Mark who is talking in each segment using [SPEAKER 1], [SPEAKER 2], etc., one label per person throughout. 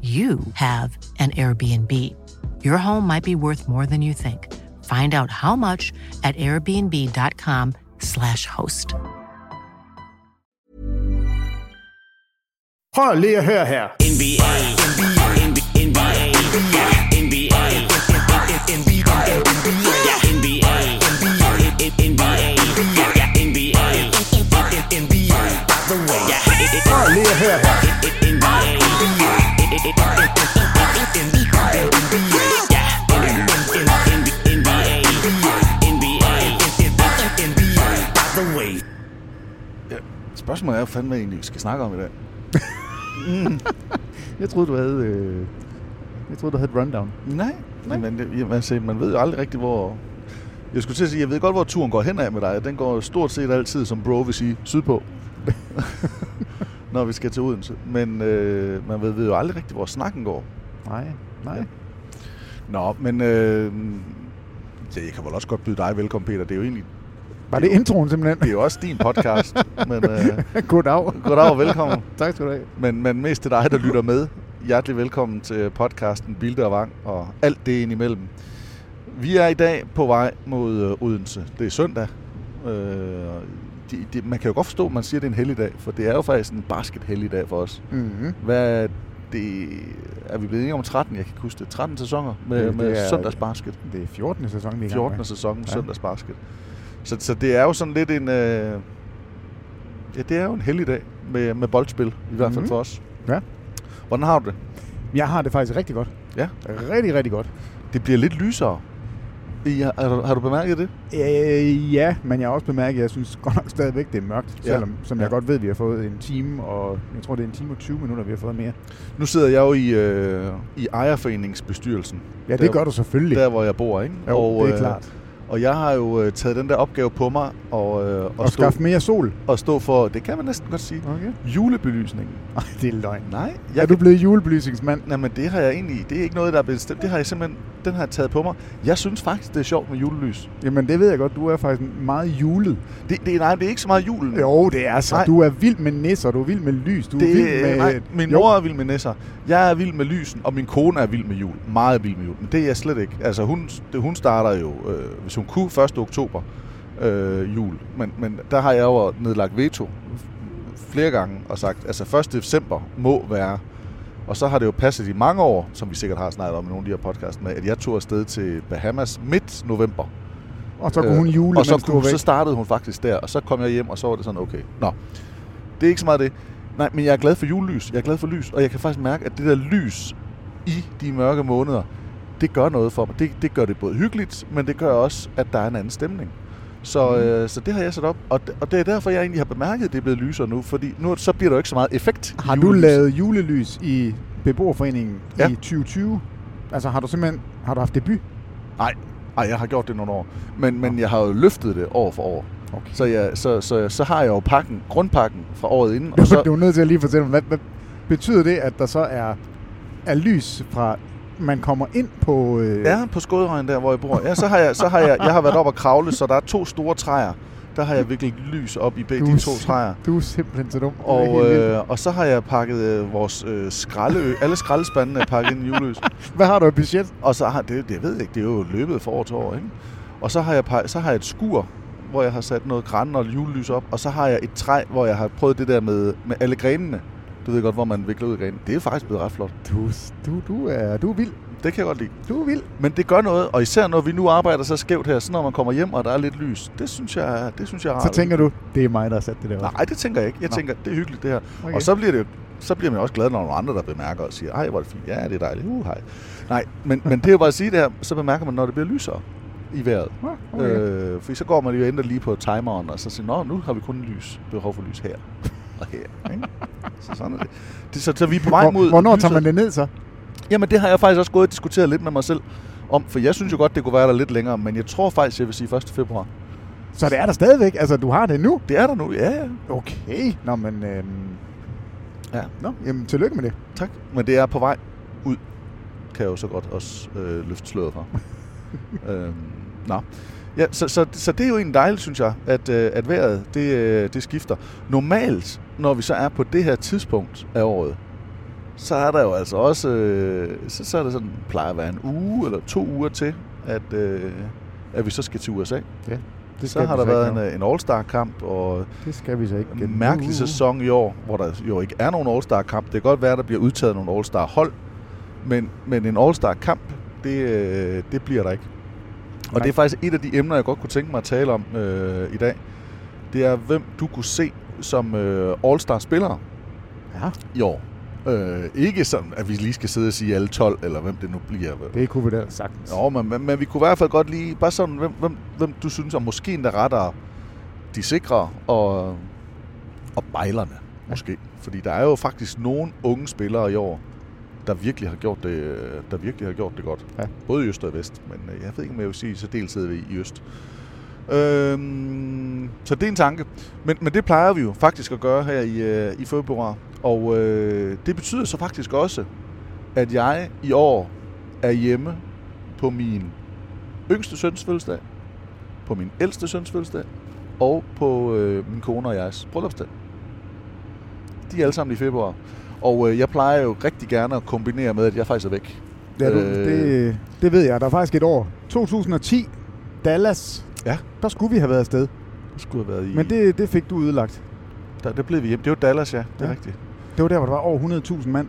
[SPEAKER 1] you have an Airbnb. Your home might be worth more than you think. Find out how much at airbnb.com/slash host.
[SPEAKER 2] Prøv lige at høre her.
[SPEAKER 3] NBA, NBA, NBA, NBA,
[SPEAKER 2] Prøv lige at høre her.
[SPEAKER 4] Spørgsmålet er jo fandme, hvad egentlig vi skal snakke om i dag. jeg troede, du havde... Øh... Jeg troede, du havde et rundown.
[SPEAKER 5] Nej,
[SPEAKER 4] Nej.
[SPEAKER 5] Men, det- jamen, altså, man ved jo aldrig rigtigt, hvor... Jeg skulle til at sige, jeg ved godt, hvor turen går henad med dig. Den går stort set altid, som bro vil sige, sydpå. Når vi skal til Odense. Men øh, man ved, ved jo aldrig rigtigt, hvor snakken går.
[SPEAKER 4] Nej, nej.
[SPEAKER 5] Nå, men... Øh, ja, jeg kan vel også godt byde dig velkommen, Peter. Det er jo egentlig
[SPEAKER 4] Var det introen simpelthen?
[SPEAKER 5] det er jo også din podcast. men øh,
[SPEAKER 4] Goddag.
[SPEAKER 5] goddag og velkommen.
[SPEAKER 4] tak skal du have.
[SPEAKER 5] Men, men mest til dig, der lytter med. Hjertelig velkommen til podcasten Bilde og Vang og alt det indimellem. Vi er i dag på vej mod øh, Odense. Det er søndag. Øh, de, de, man kan jo godt forstå, at man siger, at det er en helligdag, for det er jo faktisk en basket helligdag for os.
[SPEAKER 4] Mm-hmm.
[SPEAKER 5] Hvad er det? Er vi blevet enige om 13? Jeg kan ikke huske det. 13 sæsoner med,
[SPEAKER 4] Det-
[SPEAKER 5] det,
[SPEAKER 4] det
[SPEAKER 5] med
[SPEAKER 4] er-
[SPEAKER 5] søndagsbasket.
[SPEAKER 4] Det er 14. sæson, vi er i gang med.
[SPEAKER 5] 14. sæson med
[SPEAKER 4] Ja.
[SPEAKER 5] søndagsbasket. Så, så det er jo sådan lidt en... Øh, ja, det er jo en helligdag med, med boldspil, i hvert fald
[SPEAKER 4] Mhm.
[SPEAKER 5] mm. for os.
[SPEAKER 4] Ja.
[SPEAKER 5] Hvordan har du det?
[SPEAKER 4] Jeg har det faktisk rigtig godt.
[SPEAKER 5] Ja.
[SPEAKER 4] Rigtig, rigtig godt.
[SPEAKER 5] Det bliver lidt lysere. I, har, har, du, har du bemærket det?
[SPEAKER 4] Øh, ja, men jeg har også bemærket, at jeg synes godt nok stadigvæk, det er mørkt.
[SPEAKER 5] Ja.
[SPEAKER 4] Selvom, som jeg
[SPEAKER 5] Ja.
[SPEAKER 4] godt ved, vi har fået en time, og jeg tror, det er en time og 20 minutter, vi har fået mere.
[SPEAKER 5] Nu sidder jeg jo i, øh, i ejerforeningsbestyrelsen.
[SPEAKER 4] Ja,
[SPEAKER 5] Der-
[SPEAKER 4] det gør du selvfølgelig.
[SPEAKER 5] Der, hvor jeg bor, ikke?
[SPEAKER 4] Jo, det er
[SPEAKER 5] øh,
[SPEAKER 4] klart.
[SPEAKER 5] Og jeg har jo øh, taget den der opgave på mig og, øh,
[SPEAKER 4] Og
[SPEAKER 5] stå,
[SPEAKER 4] skaffe mere sol.
[SPEAKER 5] og stå for, det kan man næsten godt sige,
[SPEAKER 4] Okay.
[SPEAKER 5] julebelysningen.
[SPEAKER 4] Ej, det er løgn.
[SPEAKER 5] Nej,
[SPEAKER 4] Jeg er du blevet julebelysningsmand?
[SPEAKER 5] Nej, men det har jeg egentlig... Det er ikke noget, der er bestemt. Det har jeg simpelthen... Den har jeg taget på mig. Jeg synes faktisk, det er sjovt med julelys.
[SPEAKER 4] Jamen, det ved jeg godt. Du er faktisk meget julet.
[SPEAKER 5] Det, det, nej, det er ikke så meget julen.
[SPEAKER 4] Jo, det er så.
[SPEAKER 5] Nej.
[SPEAKER 4] Du er vild med nisser, du er vild med lys, du er vild
[SPEAKER 5] det,
[SPEAKER 4] med...
[SPEAKER 5] nej, min
[SPEAKER 4] Jo,
[SPEAKER 5] mor er vild med nisser. Jeg er vild med lysen, og min kone er vild med jul. Meget vild med jul. Men det er jeg slet ikke. Altså, hun, det, hun starter jo, øh, hvis hun kunne, 1. oktober øh, jul. Men, men der har jeg jo nedlagt veto flere gange og sagt, altså 1. december må være. Og så har det jo passet i mange år, som vi sikkert har snakket om i nogle af de her podcasts med, at jeg tog afsted til Bahamas midt november.
[SPEAKER 4] Og så kunne hun
[SPEAKER 5] Øh,
[SPEAKER 4] jule,
[SPEAKER 5] og så,
[SPEAKER 4] mens du var
[SPEAKER 5] kunne,
[SPEAKER 4] væk.
[SPEAKER 5] så startede hun faktisk der, og så kom jeg hjem, og så var det sådan, okay, nå. Det er ikke så meget det. Nej, men jeg er glad for julelys, jeg er glad for lys, og jeg kan faktisk mærke, at det der lys i de mørke måneder, det gør noget for mig. Det, det gør det både hyggeligt, men det gør også, at der er en anden stemning.
[SPEAKER 4] Mm.
[SPEAKER 5] Så, øh, så det har jeg sat op, og, d- og det er derfor, jeg egentlig har bemærket, at det er blevet lysere nu, fordi nu er- så bliver der jo ikke så meget effekt. i
[SPEAKER 4] Har du
[SPEAKER 5] julelys.
[SPEAKER 4] lavet julelys i beboerforeningen
[SPEAKER 5] Ja.
[SPEAKER 4] ja. i 2020? Altså har du simpelthen har du haft debut?
[SPEAKER 5] Nej, nej, jeg har gjort det nogle år. Men, men jeg har jo løftet det år for år.
[SPEAKER 4] Okay.
[SPEAKER 5] Så, jeg, så, så, så har jeg jo pakken, grundpakken fra året inden.
[SPEAKER 4] Du,
[SPEAKER 5] Og så,
[SPEAKER 4] du er nødt til at lige fortælle mig, hvad, hvad betyder det, at der så er, er lys fra, man kommer ind på... Øh,
[SPEAKER 5] Ja, på Skådøjen der, hvor jeg bor. Ja, så har jeg, så har jeg, jeg har været op og kravle, så der er to store træer. Der har jeg virkelig lys op i bag
[SPEAKER 4] du
[SPEAKER 5] de
[SPEAKER 4] er
[SPEAKER 5] to
[SPEAKER 4] sim-
[SPEAKER 5] træer.
[SPEAKER 4] Du er simpelthen så dum. Det er helt
[SPEAKER 5] Og,
[SPEAKER 4] vildt.
[SPEAKER 5] øh, og så har jeg pakket øh, vores øh, skraldeø, alle skraldespandene er pakket ind i julelys.
[SPEAKER 4] Hvad har du i budget?
[SPEAKER 5] Og så har det, jeg ved jeg ikke, det er jo løbet fra år til år, ikke? Og så har jeg, pak- så har jeg et skur, hvor jeg har sat noget græn og julelys op, og så har jeg et træ, hvor jeg har prøvet det der med, med alle grenene. Du ved godt, hvor man vikler ud i grenen. Det er faktisk blevet ret flot.
[SPEAKER 4] Du, du, du, er, du er vild.
[SPEAKER 5] Det kan jeg godt lide.
[SPEAKER 4] Du er vild.
[SPEAKER 5] Men det gør noget, og især når vi nu arbejder så skævt her, så når man kommer hjem, og der er lidt lys, det synes jeg, det synes jeg er
[SPEAKER 4] Så
[SPEAKER 5] rart.
[SPEAKER 4] tænker du, det er mig, der har sat det der. op.
[SPEAKER 5] Nej, det tænker jeg ikke. Jeg
[SPEAKER 4] Nå.
[SPEAKER 5] tænker, det er hyggeligt det her. Okay.
[SPEAKER 4] Okay.
[SPEAKER 5] Og så bliver, det, jo- så bliver man også glad, når nogle andre, der bemærker og siger, ej, hvor er det fint, ja, det er dejligt, uh, hej. Nej, men, men det er jo bare at sige det her, så bemærker man, når det bliver lysere i vejret.
[SPEAKER 4] Ah, okay.
[SPEAKER 5] Okay. Øh, fordi så går man lige og ændrer lige på timeren, og så siger, nå, nu har vi kun lys, behov for lys her og her. Ikke? Så sådan er det. det så, så vi er på vej
[SPEAKER 4] Hvor,
[SPEAKER 5] mod
[SPEAKER 4] hvornår
[SPEAKER 5] lyset.
[SPEAKER 4] tager man det ned så?
[SPEAKER 5] Jamen det har jeg faktisk også gået og diskuteret lidt med mig selv om, for jeg synes jo godt, det kunne være der lidt længere, men jeg tror faktisk, jeg vil sige 1. februar.
[SPEAKER 4] Så det er der stadigvæk. Altså, du har det nu.
[SPEAKER 5] Det er der nu, ja, ja.
[SPEAKER 4] Okay. Nå, men... Øhm,
[SPEAKER 5] ja.
[SPEAKER 4] nå, jamen, tillykke med det.
[SPEAKER 5] Tak. Men det er på vej ud, kan jeg jo så godt også øh, løfte sløret for. øhm, nå. Ja, så, så, så det er jo en dejligt, synes jeg, at, øh, at vejret det, øh, det skifter. Normalt, når vi så er på det her tidspunkt af året, så er der jo altså også, øh, så, så er det sådan, plejer at være en uge eller to uger til, at, øh, at vi så skal til USA.
[SPEAKER 4] Ja, det
[SPEAKER 5] Så har
[SPEAKER 4] vi
[SPEAKER 5] der
[SPEAKER 4] så
[SPEAKER 5] været en,
[SPEAKER 4] ikke nu.
[SPEAKER 5] øh, en All-Star-kamp, og
[SPEAKER 4] Det skal vi så ikke.
[SPEAKER 5] en mærkelig sæson i år, hvor der jo ikke er nogen All-Star-kamp. Det kan godt være, der bliver udtaget nogle All-Star-hold, men, men en All-Star-kamp, det, øh, det bliver der ikke. Og
[SPEAKER 4] Nej.
[SPEAKER 5] det er faktisk et af de emner, jeg godt kunne tænke mig at tale om øh, i dag. Det er, hvem du kunne se som øh, All-Star-spillere
[SPEAKER 4] Ja,
[SPEAKER 5] i år. Øh, ikke sådan, at vi lige skal sidde og sige alle 12, eller hvem det nu bliver.
[SPEAKER 4] det kunne vi da sagtens.
[SPEAKER 5] Jo, men, men, men vi kunne i hvert fald godt lige, bare sådan, hvem, hvem, hvem du synes er måske endda rettere de sikre og, og bejlerne, måske. Fordi der er jo faktisk nogle unge spillere i år, der virkelig har gjort det, der virkelig har gjort det godt.
[SPEAKER 4] Ja.
[SPEAKER 5] Både i øst og i vest, men øh, jeg ved ikke, om jeg vil sige, så dels sidder vi i øst. Øhm, så det er en tanke. Men, men det plejer vi jo faktisk at gøre her i, øh, i februar. Og øh, det betyder så faktisk også, at jeg i år er hjemme på min yngste søns fødselsdag, på min ældste søns fødselsdag, og på øh, min kone og jegs bryllupsdag. De er alle sammen i februar. Og øh, jeg plejer jo rigtig gerne at kombinere med, at jeg faktisk er væk.
[SPEAKER 4] Ja, du,
[SPEAKER 5] Øh.
[SPEAKER 4] det, det ved jeg. Der er faktisk et år. 2010, Dallas.
[SPEAKER 5] Ja.
[SPEAKER 4] Der skulle vi have været afsted.
[SPEAKER 5] Det skulle have været i...
[SPEAKER 4] Men det, det fik du ødelagt.
[SPEAKER 5] der, der blev vi hjem. Det var Dallas, ja. Det er
[SPEAKER 4] Ja.
[SPEAKER 5] rigtigt.
[SPEAKER 4] Det var der, hvor der var over 100.000 mand.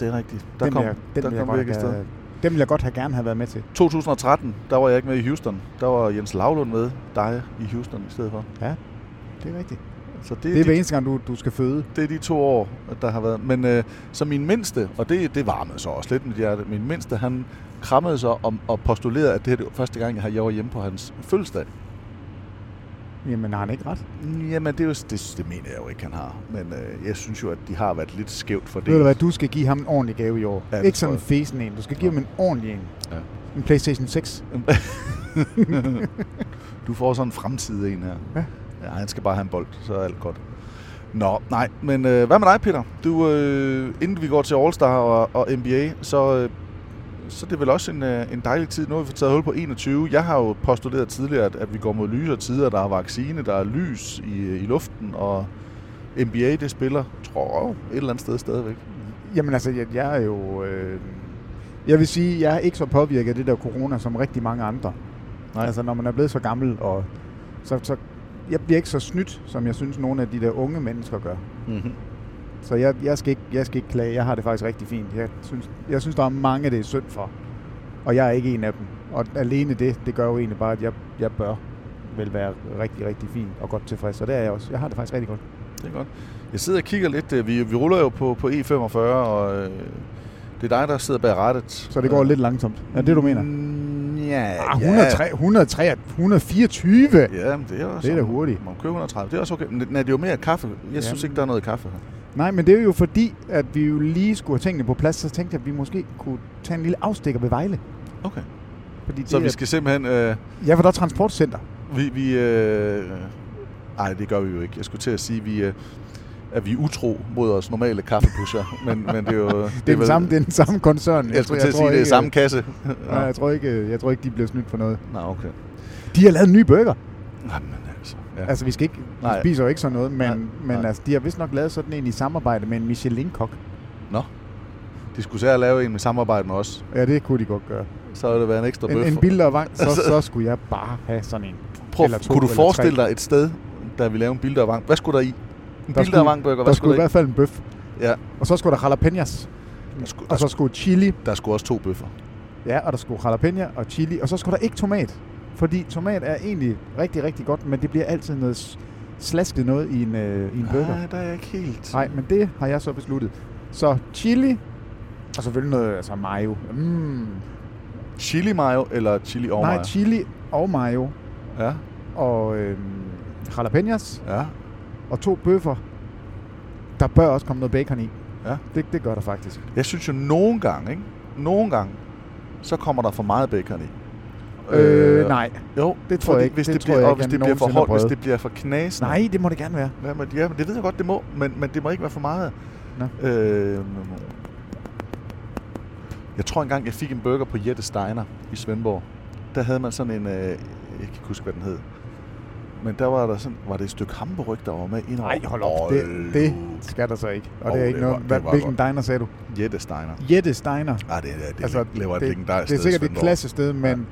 [SPEAKER 5] Det er rigtigt. Der kom,
[SPEAKER 4] vil jeg, den
[SPEAKER 5] der
[SPEAKER 4] vil jeg
[SPEAKER 5] kom vi
[SPEAKER 4] godt
[SPEAKER 5] ikke afsted.
[SPEAKER 4] have, Dem vil jeg godt have gerne have været med til.
[SPEAKER 5] 2013, der var jeg ikke med i Houston. Der var Jens Lavlund med dig i Houston i stedet for.
[SPEAKER 4] Det er rigtigt.
[SPEAKER 5] Så det,
[SPEAKER 4] Det er
[SPEAKER 5] de
[SPEAKER 4] hver eneste gang, du, du skal føde.
[SPEAKER 5] det er de to år, der har været. Men øh, så min mindste, og det, det varmede så også lidt mit hjerte, min mindste, han krammede sig om og postulerede, at det her det var første gang, jeg har- jeg var hjemme på hans fødselsdag.
[SPEAKER 4] Jamen, har han ikke ret?
[SPEAKER 5] Jamen, det, er jo, det, det mener jeg jo ikke, han har. Men øh, jeg synes jo, at de har været lidt skævt for det.
[SPEAKER 4] Ved du hvad, du skal give ham en ordentlig gave i år.
[SPEAKER 5] Ja, det
[SPEAKER 4] ikke
[SPEAKER 5] tror
[SPEAKER 4] sådan en
[SPEAKER 5] jeg.
[SPEAKER 4] fesen en. Du skal give ham en ordentlig en.
[SPEAKER 5] Ja.
[SPEAKER 4] En Playstation 6.
[SPEAKER 5] Du får sådan en fremtidig en her.
[SPEAKER 4] Ja.
[SPEAKER 5] ja. han skal bare have en bold, så er alt godt. Nå, nej, men øh, hvad med dig, Peter? Du, øh, inden vi går til All-Star og, og NBA, så, øh, så er det vel også en, øh, en dejlig tid. Nu har vi fået taget hul på 21. Jeg har jo postuleret tidligere, at, at vi går mod lysere tider. Der er vaccine, der er lys i, øh, i luften, og NBA, det spiller, tror jeg, et eller andet sted stadigvæk.
[SPEAKER 4] Jamen altså, jeg, jeg er jo... Øh, jeg vil sige, jeg er ikke så påvirket af det der corona, som rigtig mange andre.
[SPEAKER 5] Nej.
[SPEAKER 4] Nej. Altså, når man er blevet så gammel, og så, så, jeg bliver ikke så snydt, som jeg synes, nogle af de der unge mennesker gør.
[SPEAKER 5] Mm-hmm.
[SPEAKER 4] Så jeg, jeg, skal ikke, jeg skal ikke klage. Jeg har det faktisk rigtig fint. Jeg synes, jeg synes der er mange, det er synd for. Og jeg er ikke en af dem. Og alene det, det gør jo egentlig bare, at jeg, jeg bør vel være rigtig, rigtig fin og godt tilfreds. Og det er jeg også. Jeg har det faktisk rigtig godt.
[SPEAKER 5] Det er godt. Jeg sidder og kigger lidt. øh, Vi, vi ruller jo på, på E45, og øh, det er dig, der sidder bag rattet.
[SPEAKER 4] Så det går
[SPEAKER 5] Øh,
[SPEAKER 4] lidt langsomt. Er det, du mener?
[SPEAKER 5] Mm, Ja,
[SPEAKER 4] Ah, 103, 103, 124.
[SPEAKER 5] Ja, men det er også...
[SPEAKER 4] Det er da hurtigt.
[SPEAKER 5] Man køber 130. Det er også okay. Men det, nej, det er jo mere kaffe. Jeg ja. synes
[SPEAKER 4] Jamen.
[SPEAKER 5] ikke, der er noget kaffe her.
[SPEAKER 4] Nej, men det er jo fordi, at vi jo lige skulle have tingene på plads, så tænkte jeg, at vi måske kunne tage en lille afstikker ved Vejle.
[SPEAKER 5] Okay.
[SPEAKER 4] Fordi det
[SPEAKER 5] Så
[SPEAKER 4] er-
[SPEAKER 5] vi skal simpelthen... Øh,
[SPEAKER 4] Ja, for der er transportcenter.
[SPEAKER 5] vi... vi øh, ej, det gør vi jo ikke. Jeg skulle til at sige, vi, øh, at vi er utro mod os normale kaffepusher. men, men det er jo...
[SPEAKER 4] Det er, den samme, det er den samme koncern.
[SPEAKER 5] Jeg, jeg skulle til at sige, det er
[SPEAKER 4] ikke-
[SPEAKER 5] samme kasse.
[SPEAKER 4] Nej, jeg tror, ikke, øh, jeg tror ikke, de bliver snydt for noget.
[SPEAKER 5] Nå, okay.
[SPEAKER 4] De har lavet en ny burger.
[SPEAKER 5] Jamen, altså. Ja.
[SPEAKER 4] Altså, vi skal ikke, vi
[SPEAKER 5] Nej.
[SPEAKER 4] spiser jo ikke sådan noget, men,
[SPEAKER 5] Nej,
[SPEAKER 4] men
[SPEAKER 5] nej.
[SPEAKER 4] altså, de har vist nok lavet sådan en i samarbejde med en Michelin-kok.
[SPEAKER 5] Nå. De skulle særlig lave en med samarbejde med os.
[SPEAKER 4] Ja, det kunne de godt gøre.
[SPEAKER 5] Så havde det været en ekstra
[SPEAKER 4] En,
[SPEAKER 5] bøf.
[SPEAKER 4] en billig og vang, så, så skulle jeg bare have sådan en.
[SPEAKER 5] Prøv,
[SPEAKER 4] Eller to
[SPEAKER 5] kunne du
[SPEAKER 4] eller
[SPEAKER 5] forestille
[SPEAKER 4] tre.
[SPEAKER 5] dig et sted, der vi lavede en bilder vang? Hvad skulle der i? En
[SPEAKER 4] Der
[SPEAKER 5] bilder vang burger,
[SPEAKER 4] der
[SPEAKER 5] hvad
[SPEAKER 4] skulle
[SPEAKER 5] skulle
[SPEAKER 4] i
[SPEAKER 5] der i?
[SPEAKER 4] hvert fald en bøf.
[SPEAKER 5] Ja,
[SPEAKER 4] Og så skulle der jalapenos.
[SPEAKER 5] der skulle, der,
[SPEAKER 4] Og så
[SPEAKER 5] skulle,
[SPEAKER 4] skulle chili.
[SPEAKER 5] der skulle også to bøffer.
[SPEAKER 4] Ja, og der skulle jalapeno og chili. Og så skulle der ikke tomat. Fordi tomat er egentlig rigtig, rigtig godt, men det bliver altid noget s- slasket noget i en, øh, i en burger.
[SPEAKER 5] der er jeg ikke helt.
[SPEAKER 4] Nej, men det har jeg så besluttet. Så chili, og selvfølgelig noget altså mayo. Mm.
[SPEAKER 5] Chili mayo eller chili over
[SPEAKER 4] Nej,
[SPEAKER 5] mayo?
[SPEAKER 4] chili og mayo,
[SPEAKER 5] ja,
[SPEAKER 4] og øhm, jalapenos,
[SPEAKER 5] ja.
[SPEAKER 4] og to bøffer. Der bør også komme noget bacon i.
[SPEAKER 5] Ja.
[SPEAKER 4] Det, det gør der faktisk.
[SPEAKER 5] Jeg synes jo nogle gange, ikke? Nogle gange, så kommer der for meget bacon i.
[SPEAKER 4] Øh, nej.
[SPEAKER 5] Jo,
[SPEAKER 4] det tror jeg
[SPEAKER 5] fordi
[SPEAKER 4] ikke.
[SPEAKER 5] Hvis
[SPEAKER 4] Det
[SPEAKER 5] det,
[SPEAKER 4] tror
[SPEAKER 5] bliver,
[SPEAKER 4] jeg
[SPEAKER 5] og
[SPEAKER 4] ikke,
[SPEAKER 5] hvis
[SPEAKER 4] jeg
[SPEAKER 5] det bliver for
[SPEAKER 4] nogensinde har
[SPEAKER 5] hårdt, hvis
[SPEAKER 4] prøvet.
[SPEAKER 5] det bliver for knasende.
[SPEAKER 4] Nej, det må det gerne være.
[SPEAKER 5] Ja, men, ja, men det ved jeg godt, det må, men, men det må ikke være for meget.
[SPEAKER 4] Nå.
[SPEAKER 5] Øh, jeg tror engang, jeg fik en burger på Jette Steiner i Svendborg. Der havde man sådan en, øh, jeg kan ikke huske, hvad den hed. Men der var der sådan, var det et stykke hamburg, der var med ind
[SPEAKER 4] Nej, hold op. Det, det skal der så ikke. Og
[SPEAKER 5] Åh,
[SPEAKER 4] det er ikke
[SPEAKER 5] det
[SPEAKER 4] noget.
[SPEAKER 5] var- det
[SPEAKER 4] Hvad,
[SPEAKER 5] var
[SPEAKER 4] hvilken
[SPEAKER 5] godt.
[SPEAKER 4] diner sagde du?
[SPEAKER 5] Jette Steiner.
[SPEAKER 4] Jette Steiner.
[SPEAKER 5] Ah, det, det, det altså, laver et
[SPEAKER 4] det,
[SPEAKER 5] legendarisk
[SPEAKER 4] det er
[SPEAKER 5] sted i
[SPEAKER 4] sikkert et
[SPEAKER 5] Svendborg.
[SPEAKER 4] klassested, men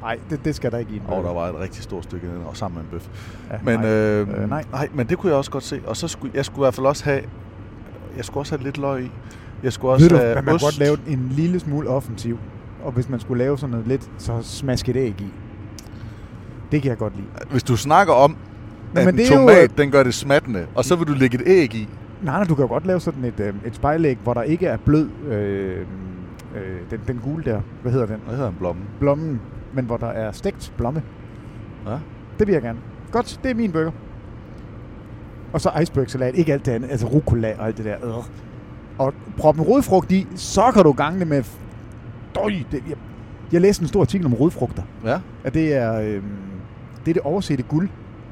[SPEAKER 4] nej, det, det skal der ikke i. en
[SPEAKER 5] Og der
[SPEAKER 4] burger.
[SPEAKER 5] var et rigtig stort stykke ned, og sammen med en bøf.
[SPEAKER 4] Ja,
[SPEAKER 5] men,
[SPEAKER 4] nej.
[SPEAKER 5] Øh,
[SPEAKER 4] Øh, nej.
[SPEAKER 5] nej. men det kunne jeg også godt se. Og så skulle jeg skulle i hvert fald også have, jeg skulle også have lidt løg i. Jeg skulle også
[SPEAKER 4] Ved du,
[SPEAKER 5] have
[SPEAKER 4] hvad man
[SPEAKER 5] ost.
[SPEAKER 4] godt lave en lille smule offensiv. Og hvis man skulle lave sådan noget lidt, så smask et æg i. Det kan jeg godt lide.
[SPEAKER 5] Hvis du snakker om, at
[SPEAKER 4] men
[SPEAKER 5] men en
[SPEAKER 4] det er jo,
[SPEAKER 5] tomat,
[SPEAKER 4] øh,
[SPEAKER 5] den gør det smattende, og så vil du lægge et æg i.
[SPEAKER 4] Nej, nej, du kan jo godt lave sådan et, øh, et spejlæg, hvor der ikke er blød, øh, øh, den, den gule der, hvad hedder den?
[SPEAKER 5] Hvad hedder en blomme?
[SPEAKER 4] Blommen, men hvor der er stegt blomme.
[SPEAKER 5] Ja.
[SPEAKER 4] Det vil jeg gerne. Godt, det er min burger. Og så icebergsalat, ikke alt det andet, altså rucola og alt det der. Øh. Og prop en rodfrugt i, så kan du gange det med... f- Døj, det, jeg, jeg læste en stor artikel om rodfrugter.
[SPEAKER 5] Ja,
[SPEAKER 4] At det er, øh, det er det oversette guld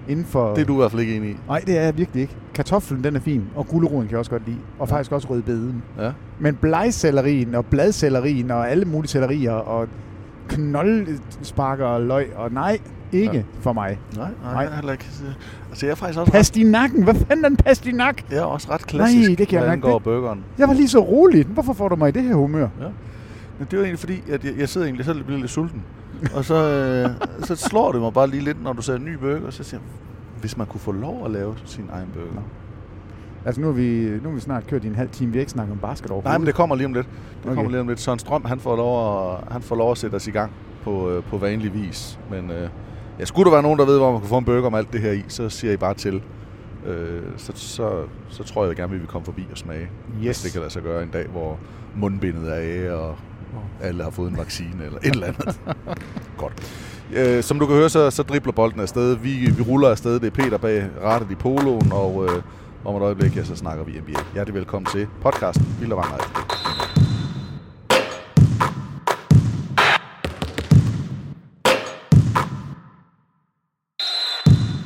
[SPEAKER 4] inden for...
[SPEAKER 5] det er du i hvert fald ikke enig i.
[SPEAKER 4] Nej, det er jeg virkelig ikke. Kartoflen, den er fin, og guleroden kan jeg også godt lide. Og ja. faktisk også rødbeden.
[SPEAKER 5] Ja.
[SPEAKER 4] Men blegsellerien og bladsellerien og alle mulige sellerier og knoldsparker og løg, og nej, ikke ja. for mig.
[SPEAKER 5] Nej, nej,
[SPEAKER 4] Nej.
[SPEAKER 5] nej. Heller ikke. Altså, jeg er faktisk også, ret,
[SPEAKER 4] Pastinakken, hvad fanden er en pastinak?
[SPEAKER 5] jeg er også ret klassisk,
[SPEAKER 4] det kan jeg
[SPEAKER 5] hvad
[SPEAKER 4] mærke.
[SPEAKER 5] angår
[SPEAKER 4] Det-
[SPEAKER 5] burgeren.
[SPEAKER 4] Jeg var lige så rolig. Hvorfor får du mig i det her humør?
[SPEAKER 5] Men det var egentlig fordi, at jeg, jeg sidder egentlig selv og bliver lidt sulten. Og så, øh, så slår det mig bare lige lidt, når du sagde en ny burger, så siger jeg, hvis man kunne få lov at lave sin egen burger.
[SPEAKER 4] Nå. Altså nu har vi, nu har vi snart kørt i en halv time. Vi har ikke snakket om basket overhovedet.
[SPEAKER 5] Nej, men det kommer lige om lidt. Det okay.
[SPEAKER 4] Okay.
[SPEAKER 5] kommer lige om lidt. Søren Strøm, han får lov at, han får lov at sætte os i gang på, øh, på vanlig vis. Men øh, ja, skulle der være nogen, der ved, hvor man kan få en burger med alt det her i, så siger I bare til. Øh, så, så, så tror jeg gerne, vi vil komme forbi og smage. Hvis
[SPEAKER 4] Yes.
[SPEAKER 5] det kan lade sig gøre en dag, hvor mundbindet er af, og alle har fået en vaccine eller et eller andet. Godt. Øh, som du kan høre, så, så dribler bolden afsted. Vi, vi ruller afsted. Det er Peter bag rattet i poloen, og øh, om et øjeblik, ja, så snakker vi NBA. Hjertelig velkommen til podcasten Vildt og Vandret.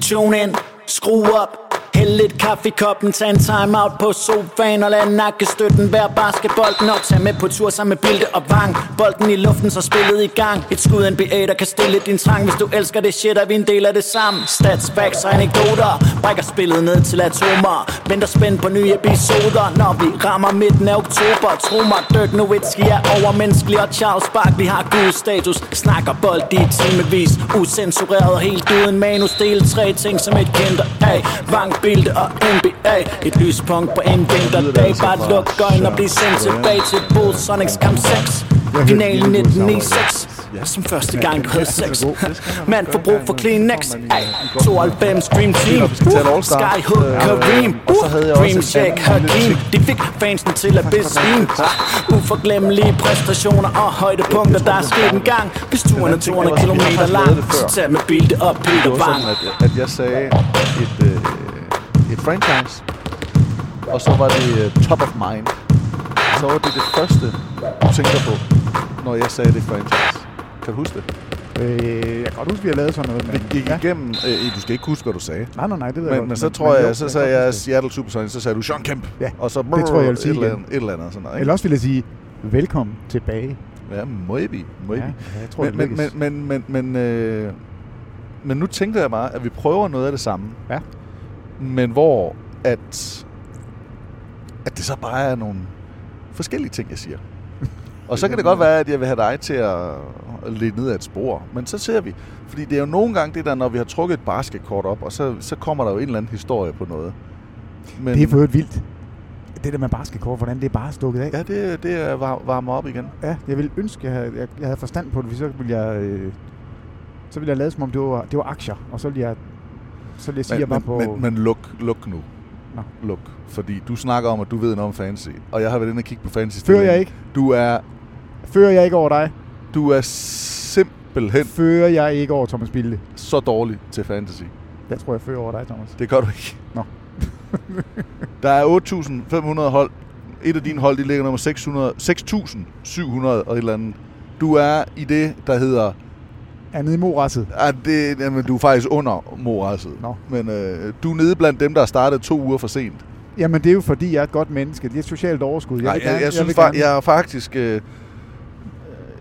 [SPEAKER 2] Tune in, skru op, hæld lidt kaffe i koppen, tag en time out på sofaen og lad nakkestøtten være basketbolden op. Tag med på tur sammen med Bilde og Vang, bolden i luften så spillet i gang. Et skud NBA, der kan stille din trang, hvis du elsker det shit, er vi en del af det sammen. Stats, facts og anekdoter, brækker spillet ned til atomer. Venter spændt på nye episoder, når vi rammer midten af oktober. Tro mig, Dirk Nowitzki er overmenneskelig og Charles Bark, vi har god status. Snakker bold i timevis, usensureret og helt uden manus. Del tre ting som et kinder af, Vang, Bilde og NBA. Et lyspunkt på en
[SPEAKER 5] altså
[SPEAKER 2] vinterdag, bare luk øjnene og bliv sendt tilbage til Bulls Sonics kamp 6.
[SPEAKER 4] hørte
[SPEAKER 2] Finalen
[SPEAKER 4] Bilde gå sammen.
[SPEAKER 2] 1996.
[SPEAKER 5] Ja.
[SPEAKER 2] Som første gang, du havde sex.
[SPEAKER 5] god. Det skal man
[SPEAKER 2] Mand får brug for Kleenex. Ej, 92 Dream Team.
[SPEAKER 5] Når vi skal til en All-Star.
[SPEAKER 2] Sky Hook,
[SPEAKER 5] Øh,
[SPEAKER 2] Kareem.
[SPEAKER 5] og så havde jeg også
[SPEAKER 2] Dream
[SPEAKER 5] en
[SPEAKER 2] Shack,
[SPEAKER 5] anden lille
[SPEAKER 2] Hakim. De fik fansen til at besvime. Uforglemmelige præstationer og højdepunkter, der er sket en gang. Hvis turen er 200
[SPEAKER 5] jeg var- jeg har
[SPEAKER 2] km
[SPEAKER 5] faktisk lavet
[SPEAKER 2] lang,
[SPEAKER 5] det før.
[SPEAKER 2] så tag med bilde op,
[SPEAKER 5] Det
[SPEAKER 2] Peter
[SPEAKER 5] var
[SPEAKER 2] Wang.
[SPEAKER 5] sådan, at, at jeg sagde et, øh, et franchise, og så var det øh, top of mind. Så var det det første, du tænker på, når jeg sagde det franchise. Kan du huske det?
[SPEAKER 4] Øh, jeg kan godt huske, vi har lavet sådan noget, men...
[SPEAKER 5] Vi gik igennem... Øh, du skal ikke huske, hvad du sagde.
[SPEAKER 4] Nej, nej, nej, det ved jeg
[SPEAKER 5] Men,
[SPEAKER 4] godt.
[SPEAKER 5] men så tror
[SPEAKER 4] jo,
[SPEAKER 5] jeg, så
[SPEAKER 4] kan
[SPEAKER 5] sagde
[SPEAKER 4] godt
[SPEAKER 5] jeg
[SPEAKER 4] huske det.
[SPEAKER 5] Seattle Supersonics, så sagde du Sean Kemp.
[SPEAKER 4] Ja,
[SPEAKER 5] og så
[SPEAKER 4] det tror jeg, jeg vil sige
[SPEAKER 5] et, eller
[SPEAKER 4] igen.
[SPEAKER 5] andet, et eller andet sådan noget. Ikke?
[SPEAKER 4] Eller også vil jeg sige, velkommen tilbage.
[SPEAKER 5] Ja, maybe. maybe.
[SPEAKER 4] Ja, jeg tror,
[SPEAKER 5] men,
[SPEAKER 4] det
[SPEAKER 5] men, men,
[SPEAKER 4] lykkes.
[SPEAKER 5] men, men, men, øh, men nu tænker jeg bare, at vi prøver noget af det samme.
[SPEAKER 4] Ja.
[SPEAKER 5] Men hvor at, at det så bare er nogle forskellige ting, jeg siger. Og så kan det godt være, at jeg vil have dig til at at lede ned ad et spor. Men så ser vi. Fordi det er jo nogle gange det der, når vi har trukket et basketkort op, og så, så kommer der jo en eller anden historie på noget. Men,
[SPEAKER 4] Det er for øvrigt vildt. Det der med basketkort, hvordan det er bare stukket af.
[SPEAKER 5] Ja, det, det er var- varmer op igen.
[SPEAKER 4] Ja, jeg ville ønske, jeg havde, jeg, jeg havde forstand på det, for så ville jeg... Øh, så ville jeg lade som om, det var, det var aktier, og så ville jeg, så ville jeg sige, at jeg var
[SPEAKER 5] men,
[SPEAKER 4] på...
[SPEAKER 5] men, men luk, luk nu.
[SPEAKER 4] Nå.
[SPEAKER 5] Luk. Fordi du snakker om, at du ved noget om fancy. Og jeg har været inde og kigge på fancy.
[SPEAKER 4] Fører jeg ikke?
[SPEAKER 5] Du er,
[SPEAKER 4] Fører jeg ikke over dig?
[SPEAKER 5] du er simpelthen
[SPEAKER 4] Fører jeg ikke over Thomas Bilde?
[SPEAKER 5] så dårlig til fantasy.
[SPEAKER 4] Jeg tror, jeg fører over dig, Thomas.
[SPEAKER 5] Det gør du ikke.
[SPEAKER 4] Nå.
[SPEAKER 5] Der er 8.500 hold. Et af dine hold, de ligger nummer 600, 6.700 og et eller andet. Du er i det, der hedder...
[SPEAKER 4] Er nede i morasset.
[SPEAKER 5] At det, jamen, du er faktisk under morasset.
[SPEAKER 4] Nå.
[SPEAKER 5] Men øh, du er nede blandt dem, der har startet to uger for sent.
[SPEAKER 4] Jamen, det er jo fordi, jeg er et godt menneske. Det er et socialt overskud.
[SPEAKER 5] Jeg, Nej,
[SPEAKER 4] vil
[SPEAKER 5] jeg, jeg,
[SPEAKER 4] gerne-
[SPEAKER 5] jeg, synes,
[SPEAKER 4] vil
[SPEAKER 5] jeg,
[SPEAKER 4] gerne-
[SPEAKER 5] jeg er faktisk... Øh,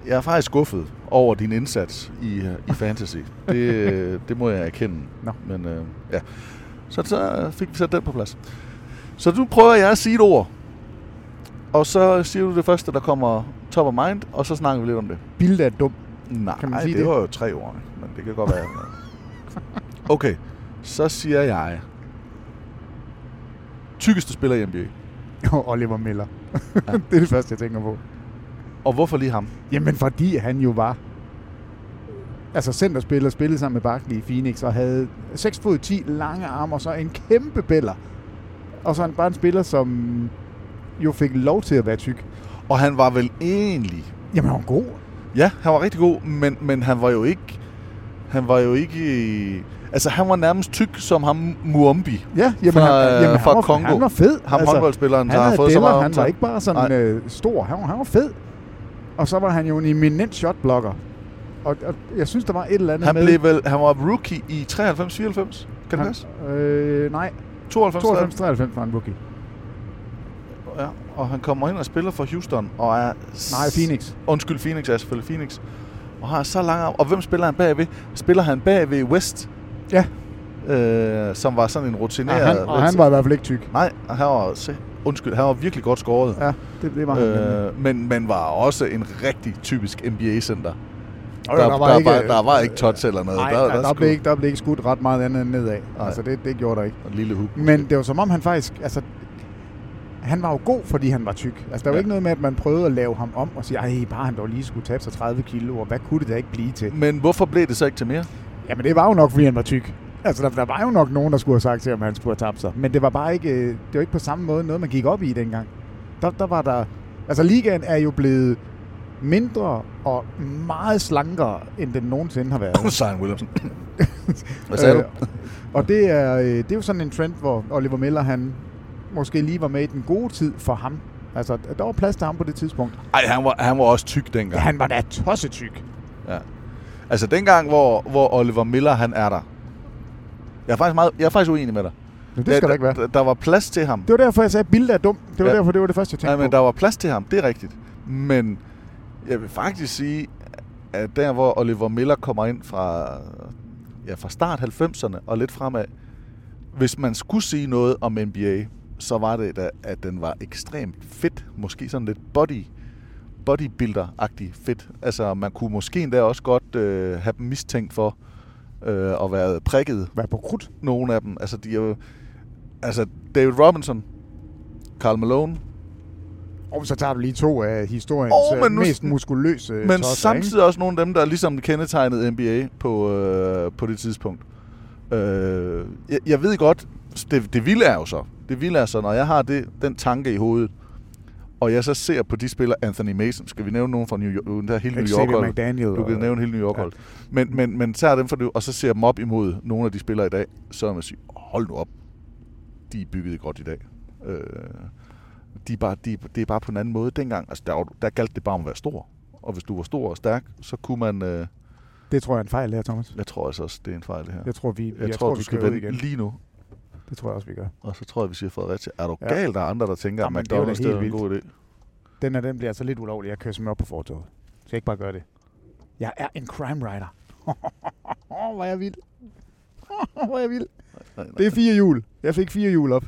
[SPEAKER 5] jeg er faktisk skuffet over din indsats i, øh, i fantasy. Det, øh, det må jeg erkende.
[SPEAKER 4] Nå.
[SPEAKER 5] Men øh, ja, så, så fik vi sat den på plads. Så nu prøver jeg at sige et ord. Og så siger du det første, der kommer top of mind, og så snakker vi lidt om det.
[SPEAKER 4] Bilde er dum.
[SPEAKER 5] Nej,
[SPEAKER 4] Kan man sige
[SPEAKER 5] det
[SPEAKER 4] det?
[SPEAKER 5] var jo tre ord, men det kan godt være. okay, så siger jeg... Tykkeste spiller i NBA.
[SPEAKER 4] Og Oliver Miller. det er det første, jeg tænker på.
[SPEAKER 5] Og hvorfor lige ham?
[SPEAKER 4] Jamen, fordi han jo var altså centerspiller, spillede sammen med Barkley i Phoenix, og havde 6 fod 10 lange arme, og så en kæmpe bæller. Og så en, bare en spiller, som jo fik lov til at være tyk.
[SPEAKER 5] Og han var vel egentlig...
[SPEAKER 4] Jamen, han var god.
[SPEAKER 5] Ja, han var rigtig god, men, men han var jo ikke... Han var jo ikke... øh, Altså, han var nærmest tyk som ham Muombi.
[SPEAKER 4] Ja, jamen,
[SPEAKER 5] fra, øh,
[SPEAKER 4] han, jamen,
[SPEAKER 5] fra
[SPEAKER 4] han, var,
[SPEAKER 5] Kongo.
[SPEAKER 4] han var fed. altså,
[SPEAKER 5] Ham håndboldspilleren, der
[SPEAKER 4] han
[SPEAKER 5] har
[SPEAKER 4] havde
[SPEAKER 5] fået så
[SPEAKER 4] deller,
[SPEAKER 5] meget
[SPEAKER 4] Han var
[SPEAKER 5] omtale.
[SPEAKER 4] ikke bare sådan
[SPEAKER 5] Nej.
[SPEAKER 4] øh, stor, han var, han var fed. Og så var han jo en eminent shotblocker. Og, og jeg synes, der var et eller andet
[SPEAKER 5] Han,
[SPEAKER 4] øh, med...
[SPEAKER 5] blev vel, han var rookie i 93-94. Kan det passe?
[SPEAKER 4] han, øh, nej,
[SPEAKER 5] 92, 93.
[SPEAKER 4] 92-93 var han rookie.
[SPEAKER 5] Ja, og han kommer ind og spiller for Houston, og er... s-
[SPEAKER 4] Nej, Phoenix.
[SPEAKER 5] Undskyld, Phoenix. Ja, selvfølgelig Phoenix. Og har så lang arm. Og hvem spiller han bagved? Spiller han bagved West,
[SPEAKER 4] Ja,
[SPEAKER 5] øh, som var sådan en
[SPEAKER 4] og
[SPEAKER 5] rutineret...
[SPEAKER 4] han, og han var i hvert fald ikke tyk.
[SPEAKER 5] Nej, og han var... se- Undskyld, han var virkelig godt skåret.
[SPEAKER 4] Ja, det, det var han. nemlig.
[SPEAKER 5] Øh, men man var også en rigtig typisk NBA-center. Der,
[SPEAKER 4] Og
[SPEAKER 5] der, var, ikke,
[SPEAKER 4] øh,
[SPEAKER 5] var, der var ikke touch eller noget.
[SPEAKER 4] Nej,
[SPEAKER 5] der,
[SPEAKER 4] der, der, der,
[SPEAKER 5] skulle
[SPEAKER 4] blev ikke, der blev ikke skudt ret meget andet end nedad.
[SPEAKER 5] Nej.
[SPEAKER 4] Altså, det, det gjorde der ikke.
[SPEAKER 5] en lille hoop.
[SPEAKER 4] Men det var som om, han faktisk... Altså, han var jo god, fordi han var tyk. Altså, der var
[SPEAKER 5] Ja.
[SPEAKER 4] ja. ikke noget med, at man prøvede at lave ham om og sige, ej, bare han dog lige skulle tabe sig 30 kilo, og hvad kunne det da ikke blive til?
[SPEAKER 5] Men hvorfor blev det så ikke til mere?
[SPEAKER 4] Jamen, det var jo nok, fordi han var tyk. Altså, der, der var jo nok nogen, der skulle have sagt til ham, at han skulle have tabt sig. Men det var bare ikke, øh, det var ikke på samme måde noget, man gik op i dengang. Der, der var der... Altså, ligaen er jo blevet mindre og meget slankere, end den nogensinde har været.
[SPEAKER 5] Zion Williamson. Hvad sagde
[SPEAKER 4] Øh.
[SPEAKER 5] du?
[SPEAKER 4] Og det er, øh, det er jo sådan en trend, hvor Oliver Miller, han måske lige var med i den gode tid for ham. Altså, der var plads til ham på det tidspunkt.
[SPEAKER 5] Ej, han var, han var også tyk
[SPEAKER 4] Ja,
[SPEAKER 5] dengang.
[SPEAKER 4] han var da tossetyk.
[SPEAKER 5] Ja. Altså dengang, hvor, hvor Oliver Miller han er der. Jeg er faktisk, meget, jeg er faktisk uenig med dig.
[SPEAKER 4] Men det skal
[SPEAKER 5] der,
[SPEAKER 4] der ikke være.
[SPEAKER 5] Der, der var plads til ham.
[SPEAKER 4] Det var derfor, jeg sagde, at Bilde er dum. Det var
[SPEAKER 5] Ja.
[SPEAKER 4] derfor, det var det første, jeg
[SPEAKER 5] Nej,
[SPEAKER 4] tænkte
[SPEAKER 5] men
[SPEAKER 4] på.
[SPEAKER 5] der var plads til ham, det er rigtigt. Men jeg vil faktisk sige, at der hvor Oliver Miller kommer ind fra, ja, fra start 90'erne og lidt fremad, hvis man skulle sige noget om NBA, så var det da, at den var ekstremt fedt. Måske sådan lidt body bodybuilder-agtig fedt. Altså, man kunne måske endda også godt øh, have dem mistænkt for øh, at være prikket,
[SPEAKER 4] Vær på krudt.
[SPEAKER 5] nogle af dem. Altså, de er jo, altså David Robinson, Karl Malone,
[SPEAKER 4] Og så tager du lige øh, to af historiens
[SPEAKER 5] Åh,
[SPEAKER 4] oh,
[SPEAKER 5] men nu-
[SPEAKER 4] mest muskuløse
[SPEAKER 5] Men
[SPEAKER 4] tosser,
[SPEAKER 5] samtidig også nogle af dem, der ligesom kendetegnede NBA på, øh, på det tidspunkt. Øh, jeg, jeg ved godt, det, det vilde er jo så, det vilde er så, når jeg har det, den tanke i hovedet, og jeg så ser på de spillere, Anthony Mason, skal vi nævne nogen fra New York, der er hele New
[SPEAKER 4] Xavier
[SPEAKER 5] York hold.
[SPEAKER 4] McDaniel
[SPEAKER 5] Du kan
[SPEAKER 4] og-
[SPEAKER 5] nævne hele New York hold. Men, men, men tager dem for det, og så ser jeg dem op imod nogle af de spillere i dag, så er man sige, hold nu op, de er bygget godt i dag. Øh, de er bare, de, det er bare på en anden måde. Dengang, altså der, var- der galt det bare om at være stor. Og hvis du var stor og stærk, så kunne man... Øh,
[SPEAKER 4] ikke? Det tror jeg er en fejl, det her, Thomas.
[SPEAKER 5] jeg tror altså også, det er en fejl det her.
[SPEAKER 4] Jeg tror, vi,
[SPEAKER 5] jeg, jeg tror,
[SPEAKER 4] vi
[SPEAKER 5] du skal
[SPEAKER 4] kører ud
[SPEAKER 5] vende igen. lige nu.
[SPEAKER 4] Det tror jeg også, vi gør.
[SPEAKER 5] Og så tror jeg, vi siger Fredericia. Er du
[SPEAKER 4] Ja.
[SPEAKER 5] ja. gal, der er andre, der tænker, at
[SPEAKER 4] Jamen, det er jo da
[SPEAKER 5] McDonald's det
[SPEAKER 4] helt
[SPEAKER 5] er en god idé?
[SPEAKER 4] Den her, den bliver altså lidt ulovlig. Jeg kører simpelthen op på fortoget. Så jeg ikke bare gøre det. Jeg er en crime rider. Åh, hvor er jeg vild. hvor er jeg vild.
[SPEAKER 5] Nej, nej.
[SPEAKER 4] Det er fire hjul. Jeg fik fire hjul op.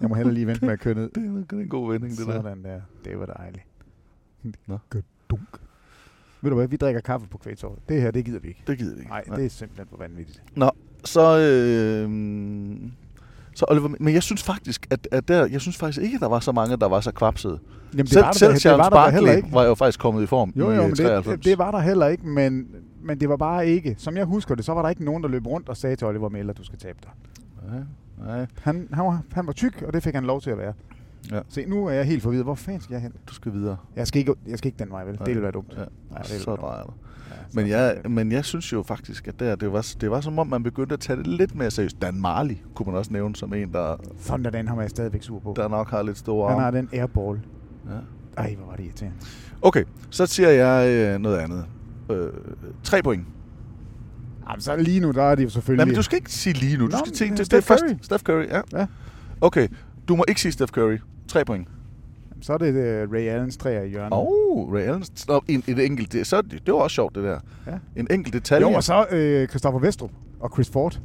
[SPEAKER 4] Jeg må hellere lige vente med at køre ned.
[SPEAKER 5] Det er, det er en god vending, det der.
[SPEAKER 4] Sådan der. Det var dejligt.
[SPEAKER 5] Nå.
[SPEAKER 4] Dunk. Ved du hvad, vi drikker kaffe på kvægtorvet. Det her, det gider vi ikke.
[SPEAKER 5] Det gider vi ikke.
[SPEAKER 4] Nej, det er simpelthen for vanvittigt.
[SPEAKER 5] Nå, så... Øh, så Oliver, men jeg synes faktisk, at, at der, jeg synes faktisk ikke, at der var så mange, der var så kvapsede.
[SPEAKER 4] Jamen,
[SPEAKER 5] selv selv Charles
[SPEAKER 4] da
[SPEAKER 5] Barkley var jo faktisk kommet i form
[SPEAKER 4] Jo,
[SPEAKER 5] i
[SPEAKER 4] jo,
[SPEAKER 5] øh,
[SPEAKER 4] men det,
[SPEAKER 5] 93.
[SPEAKER 4] det var der heller ikke, men, men det var bare ikke. Som jeg husker det, så var der ikke nogen, der løb rundt og sagde til Oliver Miller, du skal tabe dig.
[SPEAKER 5] Nej, nej,
[SPEAKER 4] Han, han, var, han var tyk, og det fik han lov til at være.
[SPEAKER 5] Ja.
[SPEAKER 4] Se, nu er jeg helt forvirret. Hvor fanden skal jeg hen?
[SPEAKER 5] du skal videre.
[SPEAKER 4] Jeg skal ikke, jeg skal ikke den vej, vel? Det ville være dumt.
[SPEAKER 5] Ja,
[SPEAKER 4] Nej,
[SPEAKER 5] Nej,
[SPEAKER 4] det er
[SPEAKER 5] så
[SPEAKER 4] vel
[SPEAKER 5] drejer det.
[SPEAKER 4] Ja, så-
[SPEAKER 5] Men jeg, men jeg synes jo faktisk, at der, det, var, det var som om, man begyndte at tage det lidt mere seriøst. Dan Marley kunne man også nævne som en, der,
[SPEAKER 4] Thunderdance har jeg stadigvæk sur på.
[SPEAKER 5] der nok har lidt store
[SPEAKER 4] Han
[SPEAKER 5] arme.
[SPEAKER 4] har den airball.
[SPEAKER 5] Ja.
[SPEAKER 4] Ej, hvor var det irriterende.
[SPEAKER 5] Okay, så siger jeg øh, noget andet. Øh, tre point.
[SPEAKER 4] Jamen, så lige nu, der er det jo selvfølgelig...
[SPEAKER 5] Nej, men du skal ikke sige lige nu. Du
[SPEAKER 4] Nå,
[SPEAKER 5] Nå, skal
[SPEAKER 4] men
[SPEAKER 5] tænke til
[SPEAKER 4] Steph
[SPEAKER 5] Steph først.
[SPEAKER 4] Curry.
[SPEAKER 5] Steph Curry, ja.
[SPEAKER 4] Ja.
[SPEAKER 5] Okay, du må ikke sige Steph Curry. Tre point.
[SPEAKER 4] Jamen, så er det øh, Ray Allens træer i hjørnet.
[SPEAKER 5] Åh, oh, Ray Allen. Nå, en, et enkelt, det, så, det var også sjovt, det der.
[SPEAKER 4] Ja.
[SPEAKER 5] En enkelt detalje.
[SPEAKER 4] Jo, og så øh, Christoffer Vestrup og Chris Ford.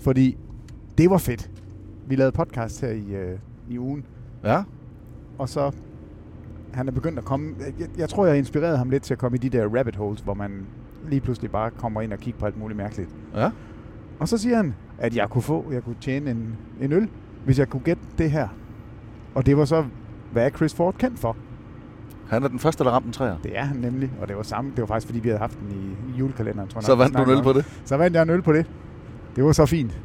[SPEAKER 4] Fordi det var fedt. Vi lavede podcast her i, øh, i ugen,
[SPEAKER 5] Ja,
[SPEAKER 4] og så han er begyndt at komme... Jeg, jeg tror, jeg inspirerede ham lidt til at komme i de der rabbit holes, hvor man lige pludselig bare kommer ind og kigger på alt muligt mærkeligt.
[SPEAKER 5] ja.
[SPEAKER 4] Og så siger han, at jeg kunne få, jeg kunne tjene en, en øl, hvis jeg kunne gætte det her. Og det var så, hvad er Chris Ford kendt for?
[SPEAKER 5] Han er den første, der ramte en træer.
[SPEAKER 4] Det er han nemlig, og det var samme. Det var faktisk, fordi vi havde haft den i, i julekalenderen, tror jeg.
[SPEAKER 5] Så
[SPEAKER 4] nok, vi
[SPEAKER 5] vandt du en
[SPEAKER 4] snakkede
[SPEAKER 5] øl på
[SPEAKER 4] om.
[SPEAKER 5] det?
[SPEAKER 4] Så vandt jeg en øl på det. Det var så fint.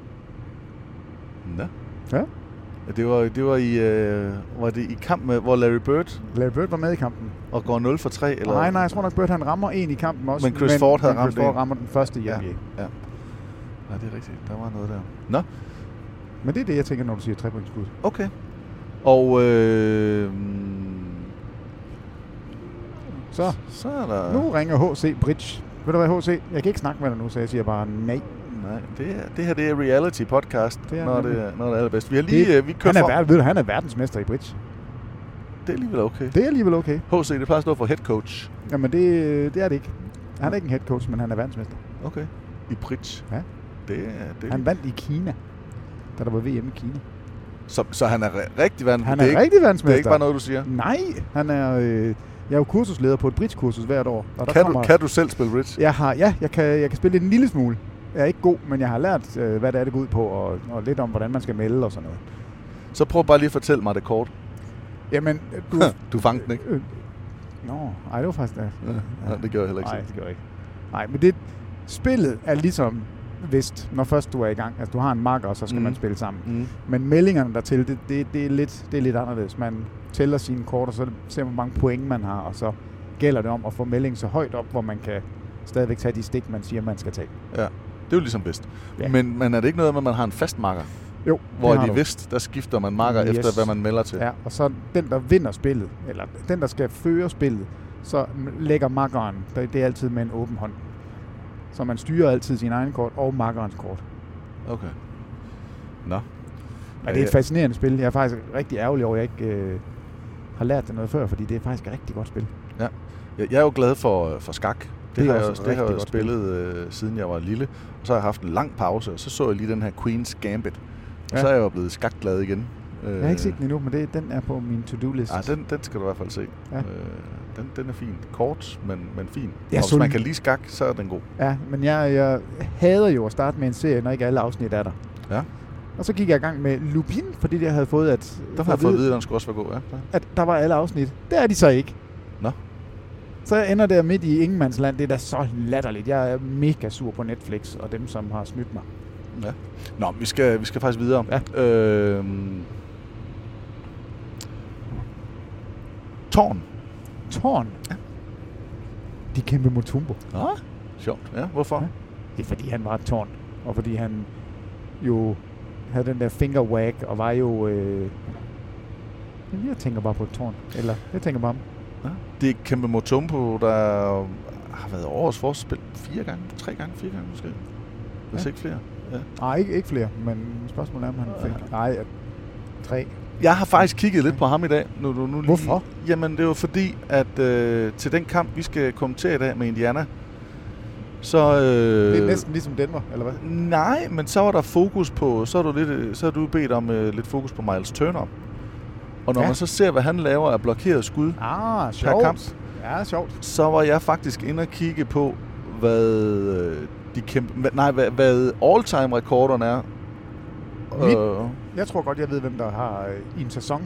[SPEAKER 5] Ja.
[SPEAKER 4] Ja,
[SPEAKER 5] Ja, Det var, det var, i, øh, var det i kamp med, hvor Larry Bird
[SPEAKER 4] Larry Bird var med i kampen.
[SPEAKER 5] og går 0 for 3? Eller?
[SPEAKER 4] Eller... Nej, nej, jeg tror nok, Bird han rammer en i kampen også.
[SPEAKER 5] Men Chris Ford havde
[SPEAKER 4] men Chris
[SPEAKER 5] ramt
[SPEAKER 4] Ford
[SPEAKER 5] en.
[SPEAKER 4] rammer den første i
[SPEAKER 5] Ja,
[SPEAKER 4] NBA.
[SPEAKER 5] ja. Nej, det er rigtigt. Der var noget der. Nå,
[SPEAKER 4] Men det er det, jeg tænker, når du siger trepointskud.
[SPEAKER 5] okay. Og øh, mm,
[SPEAKER 4] Så,
[SPEAKER 5] så er der...
[SPEAKER 4] nu ringer HC Bridge. Ved du hvad, HC? Jeg kan ikke snakke med dig nu, så jeg siger bare nej.
[SPEAKER 5] Nej, det, er, det her det er reality podcast,
[SPEAKER 4] Det
[SPEAKER 5] det
[SPEAKER 4] er
[SPEAKER 5] er når,
[SPEAKER 4] nemlig.
[SPEAKER 5] det er, når det er allerbedst. Vi har lige, det, vi kører
[SPEAKER 4] han, er
[SPEAKER 5] fra-
[SPEAKER 4] ver- ved du, han er verdensmester i bridge.
[SPEAKER 5] Det er alligevel okay.
[SPEAKER 4] Det er alligevel okay.
[SPEAKER 5] HC, det plejer at stå for head coach.
[SPEAKER 4] Jamen, det, det er det ikke. Han er ikke en head coach, men han er verdensmester.
[SPEAKER 5] Okay. I bridge.
[SPEAKER 4] Ja.
[SPEAKER 5] Det er, det er
[SPEAKER 4] Han vandt i Kina, da der var VM i Kina.
[SPEAKER 5] så, så han er re- rigtig vand.
[SPEAKER 4] Han
[SPEAKER 5] det
[SPEAKER 4] er,
[SPEAKER 5] ikke,
[SPEAKER 4] rigtig
[SPEAKER 5] Det er
[SPEAKER 4] verdensmester.
[SPEAKER 5] ikke bare noget, du siger.
[SPEAKER 4] Nej, han er... Øh, jeg er jo kursusleder på et bridgekursus hvert år. Og der
[SPEAKER 5] Kan
[SPEAKER 4] kommer,
[SPEAKER 5] du, kan du selv spille bridge?
[SPEAKER 4] Jeg har, ja, jeg kan, jeg kan spille en lille smule. Jeg er ikke god, men jeg har lært, øh, hvad det er, det går ud på, og, og lidt om, hvordan man skal melde og sådan noget.
[SPEAKER 5] Så prøv bare lige at fortælle mig det kort.
[SPEAKER 4] Jamen, øh, du...
[SPEAKER 5] Du fangede den ikke?
[SPEAKER 4] øh, Nå, ej, det var faktisk... Ja.
[SPEAKER 5] Ja, det gjorde jeg heller ikke
[SPEAKER 4] Nej,
[SPEAKER 5] selv.
[SPEAKER 4] det gør jeg ikke. Nej, men det, spillet er ligesom vist, når først du er i gang. Altså, du har en marker, og så skal mm.
[SPEAKER 5] Mhm.
[SPEAKER 4] man spille sammen.
[SPEAKER 5] Mhm.
[SPEAKER 4] Men meldingerne dertil, det, det, det, er lidt, det er lidt anderledes. Man tæller sine kort, og så ser man, hvor mange point man har, og så gælder det om at få meldingen så højt op, hvor man kan stadigvæk tage de stik, man siger, man skal tage.
[SPEAKER 5] Ja, det er jo ligesom bedst.
[SPEAKER 4] Ja.
[SPEAKER 5] Ja. Men, men er det ikke noget med, at man har en fast marker?
[SPEAKER 4] Jo,
[SPEAKER 5] Hvor
[SPEAKER 4] det har
[SPEAKER 5] i de
[SPEAKER 4] du.
[SPEAKER 5] vist, der skifter man marker
[SPEAKER 4] Yes.
[SPEAKER 5] yes. efter, hvad man melder til.
[SPEAKER 4] Ja, og så den, der vinder spillet, eller den, der skal føre spillet, så lægger makkeren, det det er altid med en åben hånd. Så man styrer altid sin egen kort og makkerens kort.
[SPEAKER 5] Okay. Nå.
[SPEAKER 4] Og det er et fascinerende spil. Jeg er faktisk rigtig ærgerlig over, at jeg ikke øh, har lært det noget før, fordi det er faktisk et rigtig godt spil.
[SPEAKER 5] Ja. Jeg, jeg er jo glad for, øh, for skak. Det,
[SPEAKER 4] er
[SPEAKER 5] det har jeg,
[SPEAKER 4] også
[SPEAKER 5] også,
[SPEAKER 4] et
[SPEAKER 5] det har
[SPEAKER 4] rigtig
[SPEAKER 5] jeg jo
[SPEAKER 4] godt
[SPEAKER 5] spillet, øh, siden jeg var lille. Og så har jeg haft en lang pause, og så så jeg lige den her Queen's Gambit. Og
[SPEAKER 4] Ja.
[SPEAKER 5] ja. så er jeg jo blevet skakglad igen. Øh,
[SPEAKER 4] Jeg har ikke set den endnu, men det, den er på min to-do-list.
[SPEAKER 5] Ej, den, den skal du i hvert fald se.
[SPEAKER 4] Ja.
[SPEAKER 5] Ja. Øh, den, den er fin. Kort, men, men fin.
[SPEAKER 4] Ja,
[SPEAKER 5] og hvis
[SPEAKER 4] solid.
[SPEAKER 5] man kan lide skak, så er den god.
[SPEAKER 4] Ja, men jeg, jeg hader jo at starte med en serie, når ikke alle afsnit er der.
[SPEAKER 5] Ja.
[SPEAKER 4] Og så gik jeg i gang med Lupin, fordi jeg havde fået at...
[SPEAKER 5] Der har jeg fået at vide, at den skulle også være god, ja.
[SPEAKER 4] at der var alle afsnit. Det er de så ikke.
[SPEAKER 5] Nå.
[SPEAKER 4] Så jeg ender der midt i ingenmandsland. Det er da så latterligt. Jeg er mega sur på Netflix og dem, som har snydt mig.
[SPEAKER 5] Ja. Nå, vi skal, vi skal faktisk videre. Ja. Øh, tårn.
[SPEAKER 4] Tårn? Ja. De kæmpe Motumbo.
[SPEAKER 5] Ja. Sjovt. Ja, hvorfor? Ja.
[SPEAKER 4] Det er fordi, han var et tårn. Og fordi han jo havde den der finger wag og var jo... Øh... Jamen, Jeg tænker bare på et tårn. Eller, jeg tænker bare om.
[SPEAKER 5] Ja. Det er Kæmpe Motumbo, der har været årets forspil fire gange, tre gange, fire gange måske. Hvis
[SPEAKER 4] Ja.
[SPEAKER 5] ikke flere. Ja.
[SPEAKER 4] Nej, ikke, ikke flere, men spørgsmålet er, om han fik... Nej, at- tre.
[SPEAKER 5] Jeg har faktisk kigget lidt på ham i dag. Nu, nu, nu lige-
[SPEAKER 4] Hvorfor?
[SPEAKER 5] Jamen, det var fordi, at øh, til den kamp, vi skal kommentere i dag med Indiana, så... Øh,
[SPEAKER 4] Det er næsten ligesom Denver, eller hvad?
[SPEAKER 5] Nej, men så var der fokus på, så har du, lidt, øh, så har du bedt om øh, lidt fokus på Miles Turner. Og
[SPEAKER 4] Ja.
[SPEAKER 5] når ja. man så ser, hvad han laver af blokeret skud,
[SPEAKER 4] Ah,
[SPEAKER 5] sjovt. kamp.
[SPEAKER 4] Ja, sjovt.
[SPEAKER 5] så var jeg faktisk inde og kigge på, hvad øh, de kæmpe, hvad, nej, hvad, hvad all-time rekorderne er.
[SPEAKER 4] Mit-
[SPEAKER 5] Øh,
[SPEAKER 4] Jeg tror godt, jeg ved, hvem der har øh, i en sæson.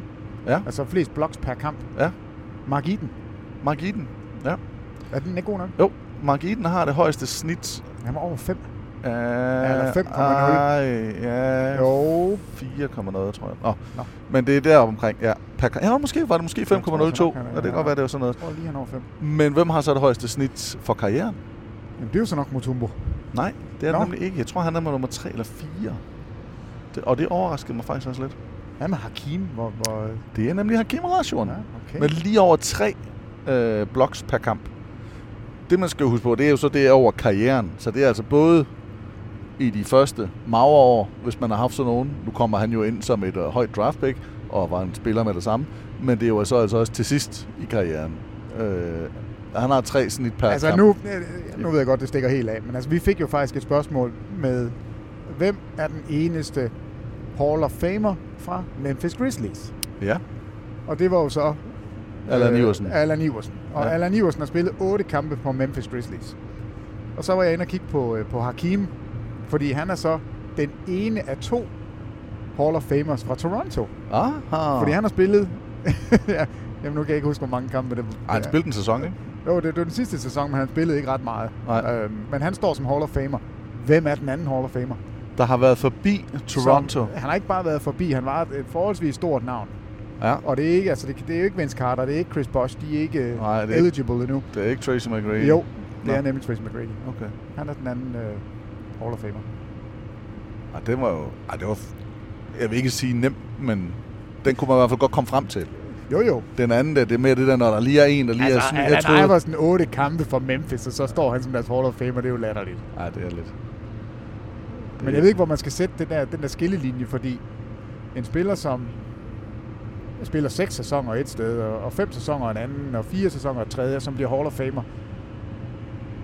[SPEAKER 5] Ja.
[SPEAKER 4] Altså flest blocks per kamp.
[SPEAKER 5] ja,
[SPEAKER 4] Mark Eden.
[SPEAKER 5] Mark Eden. Ja.
[SPEAKER 4] Er den ikke god nok?
[SPEAKER 5] Jo, Mark Eden har det højeste snit.
[SPEAKER 4] Han var over 5.
[SPEAKER 5] Uh,
[SPEAKER 4] eller 5,0.
[SPEAKER 5] ja,
[SPEAKER 4] Jo.
[SPEAKER 5] 4, noget, tror jeg. Nå.
[SPEAKER 4] Nå.
[SPEAKER 5] Nå. Men det er der omkring, ja. Per, ka- ja, måske var det måske 5,02,
[SPEAKER 4] Jeg tror så nok,
[SPEAKER 5] og
[SPEAKER 4] han er-
[SPEAKER 5] det kan godt være, det var sådan noget.
[SPEAKER 4] Jeg tror lige, han er over 5.
[SPEAKER 5] Men hvem har så det højeste snit for karrieren?
[SPEAKER 4] Men det er jo så nok Mutumbo.
[SPEAKER 5] Nej, det er
[SPEAKER 4] Nå.
[SPEAKER 5] det nemlig ikke. Jeg tror, han er med nummer 3 eller 4. Det, og det overraskede mig faktisk også lidt.
[SPEAKER 4] Hvad med Hakim? Hvor, hvor...
[SPEAKER 5] Det er nemlig Hakim Rashuren.
[SPEAKER 4] Ja,
[SPEAKER 5] Ja,
[SPEAKER 4] okay.
[SPEAKER 5] okay. Med lige over 3 øh, bloks per kamp. Det, man skal huske på, det er jo så det er over karrieren. Så det er altså både i de første magerår, hvis man har haft sådan nogen. Nu kommer han jo ind som et øh, højt draftpick, og var en spiller med det samme. Men det er jo så altså også til sidst i karrieren. Øh, han har tre snit per
[SPEAKER 4] Altså
[SPEAKER 5] kamp.
[SPEAKER 4] nu, øh, nu ved jeg godt, det stikker helt af, men altså, vi fik jo faktisk et spørgsmål med, hvem er den eneste Hall of Famer fra Memphis Grizzlies?
[SPEAKER 5] Ja,
[SPEAKER 4] Og det var jo så... øh,
[SPEAKER 5] Allan Iversen.
[SPEAKER 4] Allan Iversen. Og ja.
[SPEAKER 5] Ja.
[SPEAKER 4] Allan Iversen har spillet otte kampe på Memphis Grizzlies. Og så var jeg inde og kigge på, øh, på Hakim, fordi han er så den ene af to Hall of Famers fra Toronto.
[SPEAKER 5] Aha.
[SPEAKER 4] Fordi han har spillet... ja, jamen, nu kan jeg ikke huske, hvor mange kampe det
[SPEAKER 5] Ej, han spillede en sæson, ikke?
[SPEAKER 4] Jo, det, det var den sidste sæson, men han spillede ikke ret meget.
[SPEAKER 5] Nej.
[SPEAKER 4] Øhm, men han står som Hall of Famer. Hvem er den anden Hall of Famer?
[SPEAKER 5] Der har været forbi Toronto.
[SPEAKER 4] Som, han har ikke bare været forbi, han var et, et forholdsvis stort navn.
[SPEAKER 5] Ja.
[SPEAKER 4] Og det er, ikke, altså, det, det er jo ikke Vince Carter, det er ikke Chris Bosh, de er ikke øh,
[SPEAKER 5] Nej,
[SPEAKER 4] Nej,
[SPEAKER 5] det
[SPEAKER 4] det
[SPEAKER 5] er ikke-
[SPEAKER 4] eligible ikke. endnu.
[SPEAKER 5] Det er ikke Tracy McGrady.
[SPEAKER 4] Jo, det
[SPEAKER 5] Nå.
[SPEAKER 4] er nemlig Tracy McGrady.
[SPEAKER 5] Okay.
[SPEAKER 4] Han er den anden øh, Hall of Famer.
[SPEAKER 5] Ej, det var jo... Ej, det var... f- Jeg vil ikke sige nem, men den kunne man i hvert fald godt komme frem til.
[SPEAKER 4] Jo, jo.
[SPEAKER 5] Den anden der, det er mere det der, når der lige er en, der lige er
[SPEAKER 4] Altså,
[SPEAKER 5] sådan...
[SPEAKER 4] Allen troede... Iversen otte kampe for Memphis, og så står han som deres Hall of Famer, det er jo latterligt.
[SPEAKER 5] Ej, det er lidt...
[SPEAKER 4] Men jeg ved ikke, hvor man skal sætte den der, den der skillelinje, fordi en spiller, som spiller seks sæsoner et sted, og og fem sæsoner en anden, og fire sæsoner et tredje, som bliver Hall of Famer,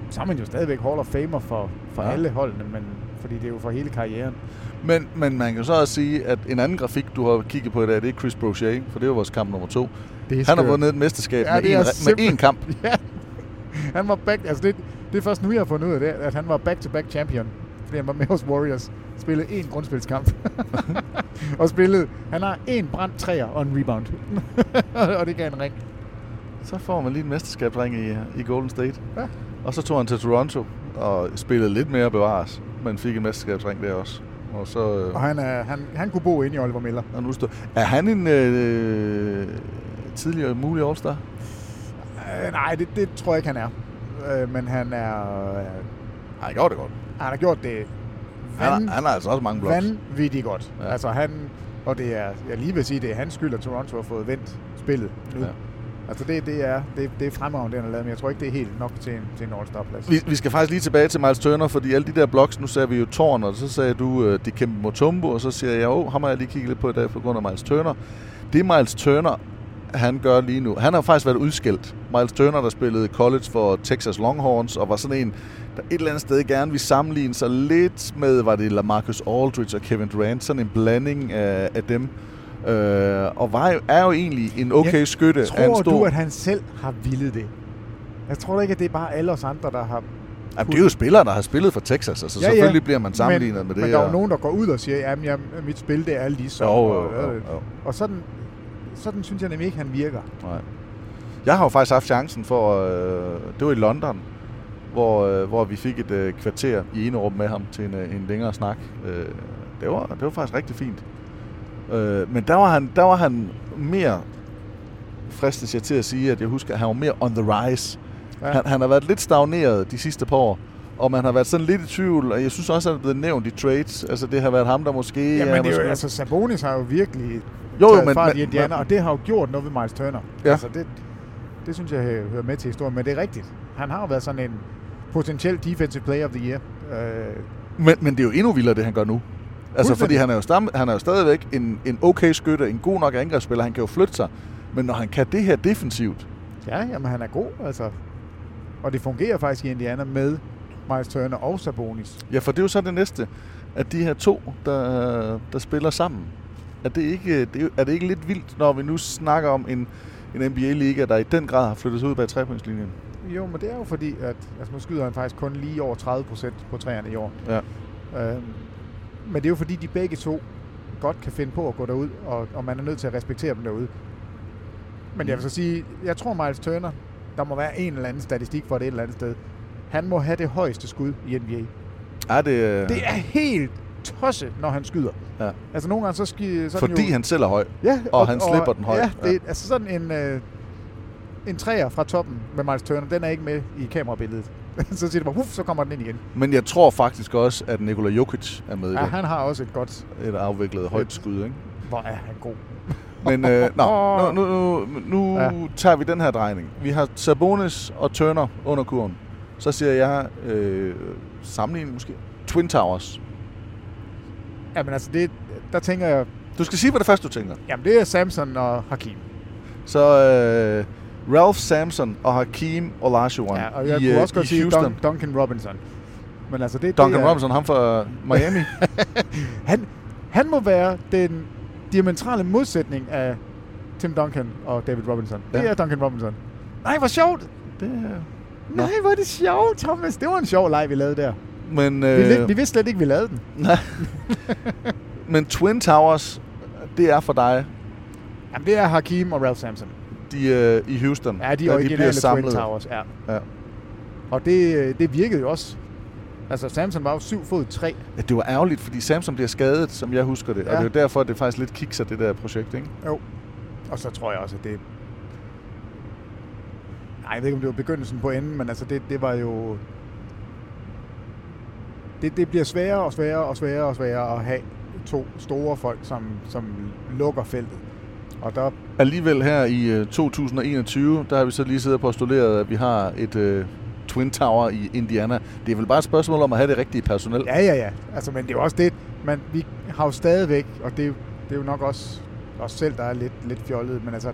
[SPEAKER 4] så er man jo stadigvæk Hall of Famer for, for ja.
[SPEAKER 5] Ja.
[SPEAKER 4] alle holdene, men fordi det er jo for hele karrieren.
[SPEAKER 5] Men, men man kan jo så også sige, at en anden grafik, du har kigget på i dag, det er Chris Brochet, for det var vores kamp nummer to.
[SPEAKER 4] Det er
[SPEAKER 5] Han har
[SPEAKER 4] skørt.
[SPEAKER 5] vundet et mesterskab
[SPEAKER 4] Ja,
[SPEAKER 5] ja, med,
[SPEAKER 4] det
[SPEAKER 5] en,
[SPEAKER 4] er
[SPEAKER 5] re- med
[SPEAKER 4] simpelthen-
[SPEAKER 5] én kamp.
[SPEAKER 4] Ja, han var back, altså det, det er først nu, jeg har fundet ud af det, at han var back-to-back champion, fordi han var med hos Warriors, spillede én grundspilskamp, og spillede, han har én brændt træer og en rebound, og det gav en ring.
[SPEAKER 5] Så får man lige en mesterskabsring i, i Golden State.
[SPEAKER 4] Ja.
[SPEAKER 5] Og så tog han til Toronto og spillede lidt mere bevares, men fik en mesterskabsring der også. Og så... øh,
[SPEAKER 4] Og han, er, han, han kunne bo inde i Oliver Miller.
[SPEAKER 5] Og nu står, er han en øh, tidligere mulig All-Star?
[SPEAKER 4] Øh, nej, det, det tror jeg ikke, han er. Øh, men han er... Øh,
[SPEAKER 5] Nej, gjorde det godt.
[SPEAKER 4] han har gjort det
[SPEAKER 5] Han,
[SPEAKER 4] van,
[SPEAKER 5] har- han har altså også mange blocks.
[SPEAKER 4] vanvittigt godt. Ja.
[SPEAKER 5] Ja.
[SPEAKER 4] Altså han... Og det er, jeg lige vil sige, det er hans skyld, at Toronto har fået vendt spillet nu. Ja.
[SPEAKER 5] Ja.
[SPEAKER 4] Altså det, det, er, det, det er fremragende, den har lavet, men jeg tror ikke, det er helt nok til en, til en All-Star-plads.
[SPEAKER 5] Vi, vi skal faktisk lige tilbage til Miles Turner, fordi alle de der blocks, nu sagde vi jo Tårn, og så sagde du, øh, de kæmpe Motumbo, og så siger jeg, åh, ham har jeg lige kigget lidt på i dag på grund af Miles Turner. Det Miles Turner, han gør lige nu, han har faktisk været udskilt. Miles Turner, der spillede college for Texas Longhorns, og var sådan en, der et eller andet sted gerne ville sammenligne sig lidt med, var det Lamarcus Aldridge og Kevin Durant, sådan en blanding af, af dem. Øh, og var jo, er jo egentlig en okay
[SPEAKER 4] Jeg
[SPEAKER 5] skytte af en
[SPEAKER 4] Tror
[SPEAKER 5] stor...
[SPEAKER 4] du, at han selv har villet det? Jeg tror da ikke, at det er bare alle os andre, der har
[SPEAKER 5] Jamen, det er jo spillere, der har spillet for Texas, altså ja, selvfølgelig bliver man sammenlignet
[SPEAKER 4] men,
[SPEAKER 5] med det.
[SPEAKER 4] Men der er jo
[SPEAKER 5] og-
[SPEAKER 4] nogen, der går ud og siger, at ja, mit spil det er ligesom.
[SPEAKER 5] Jo, jo,
[SPEAKER 4] og,
[SPEAKER 5] jo,
[SPEAKER 4] øh,
[SPEAKER 5] jo.
[SPEAKER 4] og sådan, sådan synes jeg nemlig ikke, han virker.
[SPEAKER 5] Nej. Jeg har jo faktisk haft chancen for, øh, det var i London, hvor, øh, hvor vi fik et øh, kvarter i Enerup med ham til en, øh, en længere snak. Øh, det, var, det var faktisk rigtig fint. Øh, men der var, han, der var han mere, fristes jeg til at sige, at jeg husker, at han var mere on the rise.
[SPEAKER 4] Ja.
[SPEAKER 5] Ja. Han, han har været lidt stagneret de sidste par år, og man har været sådan lidt i tvivl, og jeg synes også, at han er blevet nævnt i trades. Altså, det har været ham, der måske...
[SPEAKER 4] Ja,
[SPEAKER 5] er
[SPEAKER 4] men det er jo,
[SPEAKER 5] måske-
[SPEAKER 4] altså, Sabonis har jo virkelig
[SPEAKER 5] Jo, jo,
[SPEAKER 4] taget
[SPEAKER 5] men-
[SPEAKER 4] fart
[SPEAKER 5] men-
[SPEAKER 4] i Indiana,
[SPEAKER 5] men-
[SPEAKER 4] og det har jo gjort noget ved Miles Turner.
[SPEAKER 5] Ja.
[SPEAKER 4] Altså, det, det synes jeg øh, hører med til historien, men det er rigtigt. Han har jo været sådan en potentiel defensive player of the year. Øh,
[SPEAKER 5] Men, men det er jo endnu vildere, det han gør nu. Altså, fordi
[SPEAKER 4] Fuldstændig.
[SPEAKER 5] han er jo, stam, han er jo stadigvæk en, en okay skytte, en god nok angrebsspiller, han kan jo flytte sig. Men når han kan det her defensivt,
[SPEAKER 4] ja, jamen han er god, altså. Og det fungerer faktisk i Indiana med Miles Turner og Sabonis.
[SPEAKER 5] ja, for det er jo så det næste, at de her to, der, der spiller sammen, er det, ikke, det er, jo- er det ikke lidt vildt, når vi nu snakker om en, en NBA-liga, der i den grad har flyttet sig ud bag trepointslinjen?
[SPEAKER 4] Jo, men det er jo fordi, at altså, nu skyder han faktisk kun lige over 30 procent på træerne i år.
[SPEAKER 5] Ja.
[SPEAKER 4] Øh, men det er jo fordi, de begge to godt kan finde på at gå derud, og, og man er nødt til at respektere dem derude. Men jeg vil så sige, jeg tror Miles Turner, der må være en eller anden statistik for det et eller andet sted. Han må have det højeste skud i NBA.
[SPEAKER 5] Er det,
[SPEAKER 4] Det er helt tosset, når han skyder.
[SPEAKER 5] Ja.
[SPEAKER 4] Altså nogle gange så skyder så er den
[SPEAKER 5] fordi
[SPEAKER 4] jo,
[SPEAKER 5] han selv er høj,
[SPEAKER 4] ja,
[SPEAKER 5] og, og han slipper den højt?
[SPEAKER 4] Ja, det er altså sådan en, øh, en træer fra toppen med Miles Turner, den er ikke med i kamerabilledet. så siger det bare, uff, så kommer den ind igen.
[SPEAKER 5] Men jeg tror faktisk også, at Nikola Jokic er med i det.
[SPEAKER 4] Ja, han har også et godt,
[SPEAKER 5] Et afviklet højt skud, ikke?
[SPEAKER 4] hvor er han god.
[SPEAKER 5] Men øh, nå, nå, nu, nu, nu
[SPEAKER 4] Ja.
[SPEAKER 5] ja. tager vi den her drejning. Vi har Sabonis og Turner under kurven. Så siger jeg, øh, sammenligning måske, Twin Towers.
[SPEAKER 4] Jamen altså, det, der tænker jeg,
[SPEAKER 5] Du skal sige, hvad det første du tænker.
[SPEAKER 4] jamen det er Samson og Hakim.
[SPEAKER 5] Så øh, Ralph Sampson og Hakeem Olajuwon
[SPEAKER 4] Ja, og jeg
[SPEAKER 5] i,
[SPEAKER 4] kunne
[SPEAKER 5] øh,
[SPEAKER 4] også godt
[SPEAKER 5] i
[SPEAKER 4] sige
[SPEAKER 5] Houston.
[SPEAKER 4] Dun, Duncan Robinson. Men altså, det,
[SPEAKER 5] Duncan
[SPEAKER 4] det er,
[SPEAKER 5] Robinson, ham fra Miami.
[SPEAKER 4] Han, han må være den diametrale modsætning af Tim Duncan og David Robinson. Det
[SPEAKER 5] Ja.
[SPEAKER 4] er Duncan Robinson. Nej, hvor sjovt!
[SPEAKER 5] det, er-
[SPEAKER 4] Nej, hvor er det sjovt, Thomas. Det var en sjov leg, vi lavede der.
[SPEAKER 5] men,
[SPEAKER 4] Vi,
[SPEAKER 5] øh,
[SPEAKER 4] øh. vi vidste slet ikke, vi lavede den.
[SPEAKER 5] men Twin Towers, det er for dig,
[SPEAKER 4] Jamen, det er Hakim og Ralph Sampson.
[SPEAKER 5] de øh, i Houston.
[SPEAKER 4] Ja, de
[SPEAKER 5] da
[SPEAKER 4] originale Twin Towers. Ja.
[SPEAKER 5] Ja.
[SPEAKER 4] Og det, øh, det virkede jo også. Altså, Samson var jo 7 fod 3.
[SPEAKER 5] Ja, det var ærgerligt, fordi Samsung bliver skadet, som jeg husker det. Ja.
[SPEAKER 4] Ja.
[SPEAKER 5] Og det er jo derfor, at det faktisk lidt kikser, det der projekt, ikke?
[SPEAKER 4] Jo. Og så tror jeg også, at det... Nej, jeg ved ikke, om det var begyndelsen på enden, men altså, det, det var jo... Det, det bliver sværere og sværere og sværere og sværere at have to store folk, som, som lukker feltet. Og der...
[SPEAKER 5] Alligevel her i øh, 2021, der har vi så lige siddet og postuleret, at vi har et øh, Twin Tower i Indiana. Det er vel bare et spørgsmål om at have det rigtige personel.
[SPEAKER 4] Ja, ja, ja. Altså, men det er jo også det... Men vi har jo stadigvæk, og det, er jo- det er jo nok også os selv, der er lidt, lidt fjollet, men altså,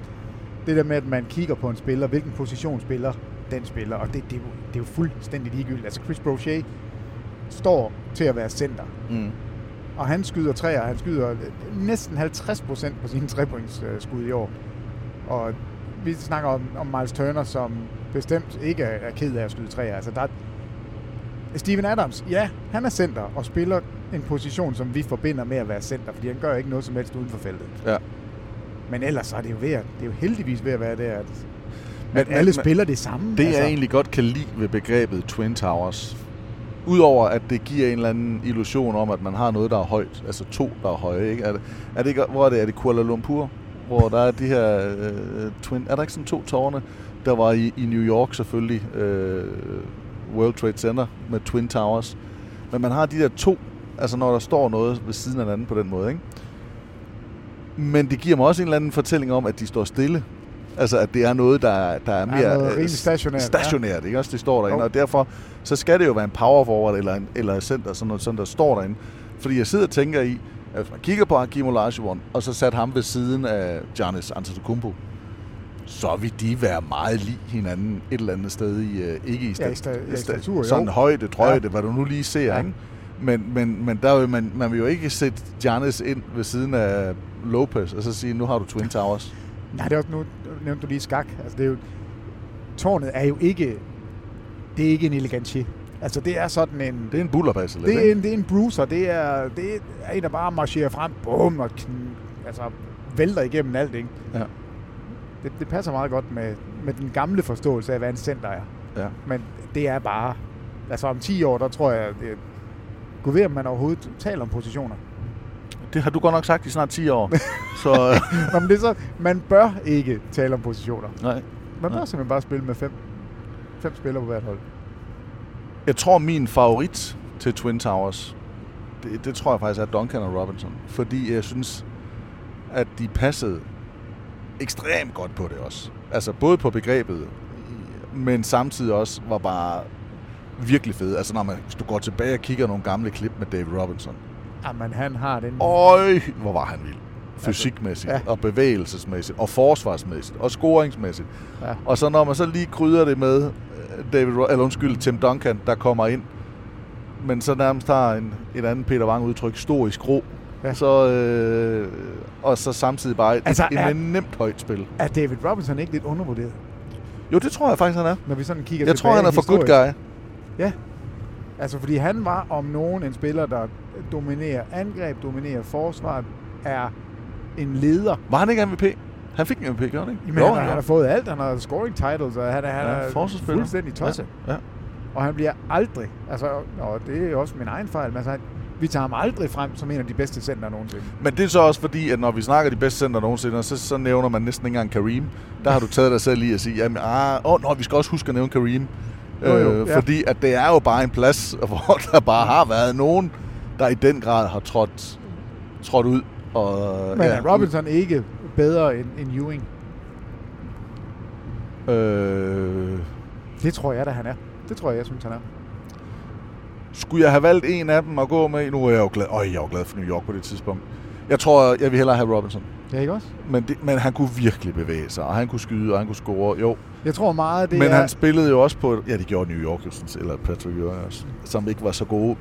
[SPEAKER 4] det der med, at man kigger på en spiller, hvilken position spiller den spiller, og det, det, er, jo, det er jo fuldstændig ligegyldigt. Altså, Chris Brochet står til at være center.
[SPEAKER 5] Mm.
[SPEAKER 4] Og han skyder træer, han skyder næsten 50 procent på sine trepointsskud i år. Og vi snakker om, om Miles Turner, som bestemt ikke er er ked af at skyde træer. Altså, der er Steven Adams, ja, han er center og spiller en position, som vi forbinder med at være center, fordi han gør ikke noget som helst uden for feltet.
[SPEAKER 5] Ja.
[SPEAKER 4] Men ellers så er det jo, ved at, det er jo heldigvis ved at være det, at, at
[SPEAKER 5] Men-
[SPEAKER 4] alle
[SPEAKER 5] men-
[SPEAKER 4] spiller det samme. Altså,
[SPEAKER 5] Det, jeg egentlig godt kan lide ved begrebet Twin Towers, udover at det giver en eller anden illusion om, at man har noget, der er højt, altså to, der er høje, ikke? Er det, er det ikke hvor er det, er det Kuala Lumpur, hvor der er de her øh, Twin, er der ikke sådan to tårne, der var i, i New York selvfølgelig, øh, World Trade Center med Twin Towers, men man har de der to, altså når der står noget ved siden af hinanden på den måde, ikke? Men det giver mig også en eller anden fortælling om, at de står stille. Altså, at det er noget, der, er- der er mere...
[SPEAKER 4] noget
[SPEAKER 5] øh,
[SPEAKER 4] rimelig stationært, ja.
[SPEAKER 5] Stationært, ikke? Også det står derinde.
[SPEAKER 4] Jo.
[SPEAKER 5] Og derfor, så skal det jo være en power forward eller en, eller en center, sådan noget, sådan der står derinde. Fordi jeg sidder og tænker i, at hvis man kigger på Hakim Olajuwon, og så satte ham ved siden af Giannis Antetokounmpo, så vil de være meget lige hinanden et eller andet sted i, øh, ikke i, sta-
[SPEAKER 4] i sta- ja, i
[SPEAKER 5] sta-
[SPEAKER 4] statur, jo.
[SPEAKER 5] sådan højde, drøjde,
[SPEAKER 4] Ja.
[SPEAKER 5] ja. hvad du nu lige ser,
[SPEAKER 4] Ja.
[SPEAKER 5] ja. ikke? Men, men, men der vil man, man vil jo ikke sætte Giannis ind ved siden af Lopez, og så sige, nu har du Twin Towers.
[SPEAKER 4] Nej, det er også, nu nævnte du lige skak. Altså, det er jo, tårnet er jo ikke, det er ikke en elegantier. Altså, det er sådan en...
[SPEAKER 5] Det er en bullerbasse lidt,
[SPEAKER 4] det, er
[SPEAKER 5] ikke?
[SPEAKER 4] en, det er en bruiser. Det er, det er en, der bare marcherer frem, bum, og kn, altså, vælter igennem alt, ikke?
[SPEAKER 5] Ja.
[SPEAKER 4] Det, det passer meget godt med, med den gamle forståelse af, hvad en center er.
[SPEAKER 5] Ja.
[SPEAKER 4] Men det er bare... Altså, om 10 år, der tror jeg... Det, Gud ved, om man overhovedet taler om positioner.
[SPEAKER 5] Det har du godt nok sagt i snart 10 år. så øh,
[SPEAKER 4] Nå, men det er så, man bør ikke tale om positioner.
[SPEAKER 5] nej.
[SPEAKER 4] Man bør
[SPEAKER 5] Nej.
[SPEAKER 4] simpelthen bare spille med fem, fem spillere på hvert hold.
[SPEAKER 5] Jeg tror, min favorit til Twin Towers, det, det tror jeg faktisk er Duncan og Robinson. Fordi jeg synes, at de passede ekstremt godt på det også. Altså både på begrebet, men samtidig også var bare virkelig fede. Altså når man, hvis du går tilbage og kigger nogle gamle klip med David Robinson.
[SPEAKER 4] Jamen, "Ah, han har den.
[SPEAKER 5] Øj, hvor var han vild. Fysikmæssigt,
[SPEAKER 4] Ja.
[SPEAKER 5] ja. og bevægelsesmæssigt, og forsvarsmæssigt, og scoringsmæssigt.
[SPEAKER 4] Ja.
[SPEAKER 5] Ja. Og så når man så lige krydder det med øh, David, Ro- eller undskyld, Tim Duncan, der kommer ind, men så nærmest har en, et andet Peter Wang udtryk, storisk ro,
[SPEAKER 4] Ja.
[SPEAKER 5] ja. så, øh, og så samtidig bare et,
[SPEAKER 4] Altså,
[SPEAKER 5] altså, et
[SPEAKER 4] er-
[SPEAKER 5] er... nemt højt spil.
[SPEAKER 4] Er David Robinson ikke lidt undervurderet,
[SPEAKER 5] Jo, det tror jeg faktisk, han er.
[SPEAKER 4] når vi sådan kigger
[SPEAKER 5] Jeg tror,
[SPEAKER 4] tilbage
[SPEAKER 5] han er for good
[SPEAKER 4] historisk?
[SPEAKER 5] guy.
[SPEAKER 4] Ja. Altså, fordi han var om nogen en spiller, der dominerer angreb, dominerer forsvaret, er en leder.
[SPEAKER 5] Var han ikke MVP? Han fik en MVP, gjorde han ikke?
[SPEAKER 4] Jamen, jo, han, har, han har fået alt. Han har scoring titles, og han, er- han
[SPEAKER 5] Ja,
[SPEAKER 4] er
[SPEAKER 5] forsvarsspiller.
[SPEAKER 4] fuldstændig tosset.
[SPEAKER 5] Ja. Ja.
[SPEAKER 4] Og han bliver aldrig, altså, og det er også min egen fejl, men altså, han- vi tager ham aldrig frem som en af de bedste center nogensinde.
[SPEAKER 5] Men det er så også fordi, at når vi snakker de bedste center nogensinde, så, så nævner man næsten ikke engang Kareem. Der har du taget dig selv i at sige, jamen, ah, åh, nå, vi skal også huske at nævne Kareem. Øh,
[SPEAKER 4] Jo, jo, ja.
[SPEAKER 5] Fordi at det er jo bare en plads, hvor der bare har været nogen, der i den grad har trådt, trådt ud. Og,
[SPEAKER 4] Men ja, er Robinson ikke bedre end, end Ewing?
[SPEAKER 5] ud- Øh,
[SPEAKER 4] Det tror jeg da, han er. Det tror jeg, jeg synes, han er.
[SPEAKER 5] skulle jeg have valgt en af dem at gå med? Nu er jeg jo glad, øj, jeg er jo glad for New York på det tidspunkt. Jeg tror, jeg vil hellere have Robinson.
[SPEAKER 4] Ja, ikke også?
[SPEAKER 5] Men, det, men han kunne virkelig bevæge sig, og han kunne skyde, og han kunne score. Jo,
[SPEAKER 4] Jeg tror meget, det
[SPEAKER 5] Men
[SPEAKER 4] er...
[SPEAKER 5] han spillede jo også på... Ja, det gjorde New York, jo, sådan set, eller Patrick Ewing også, som ikke var så gode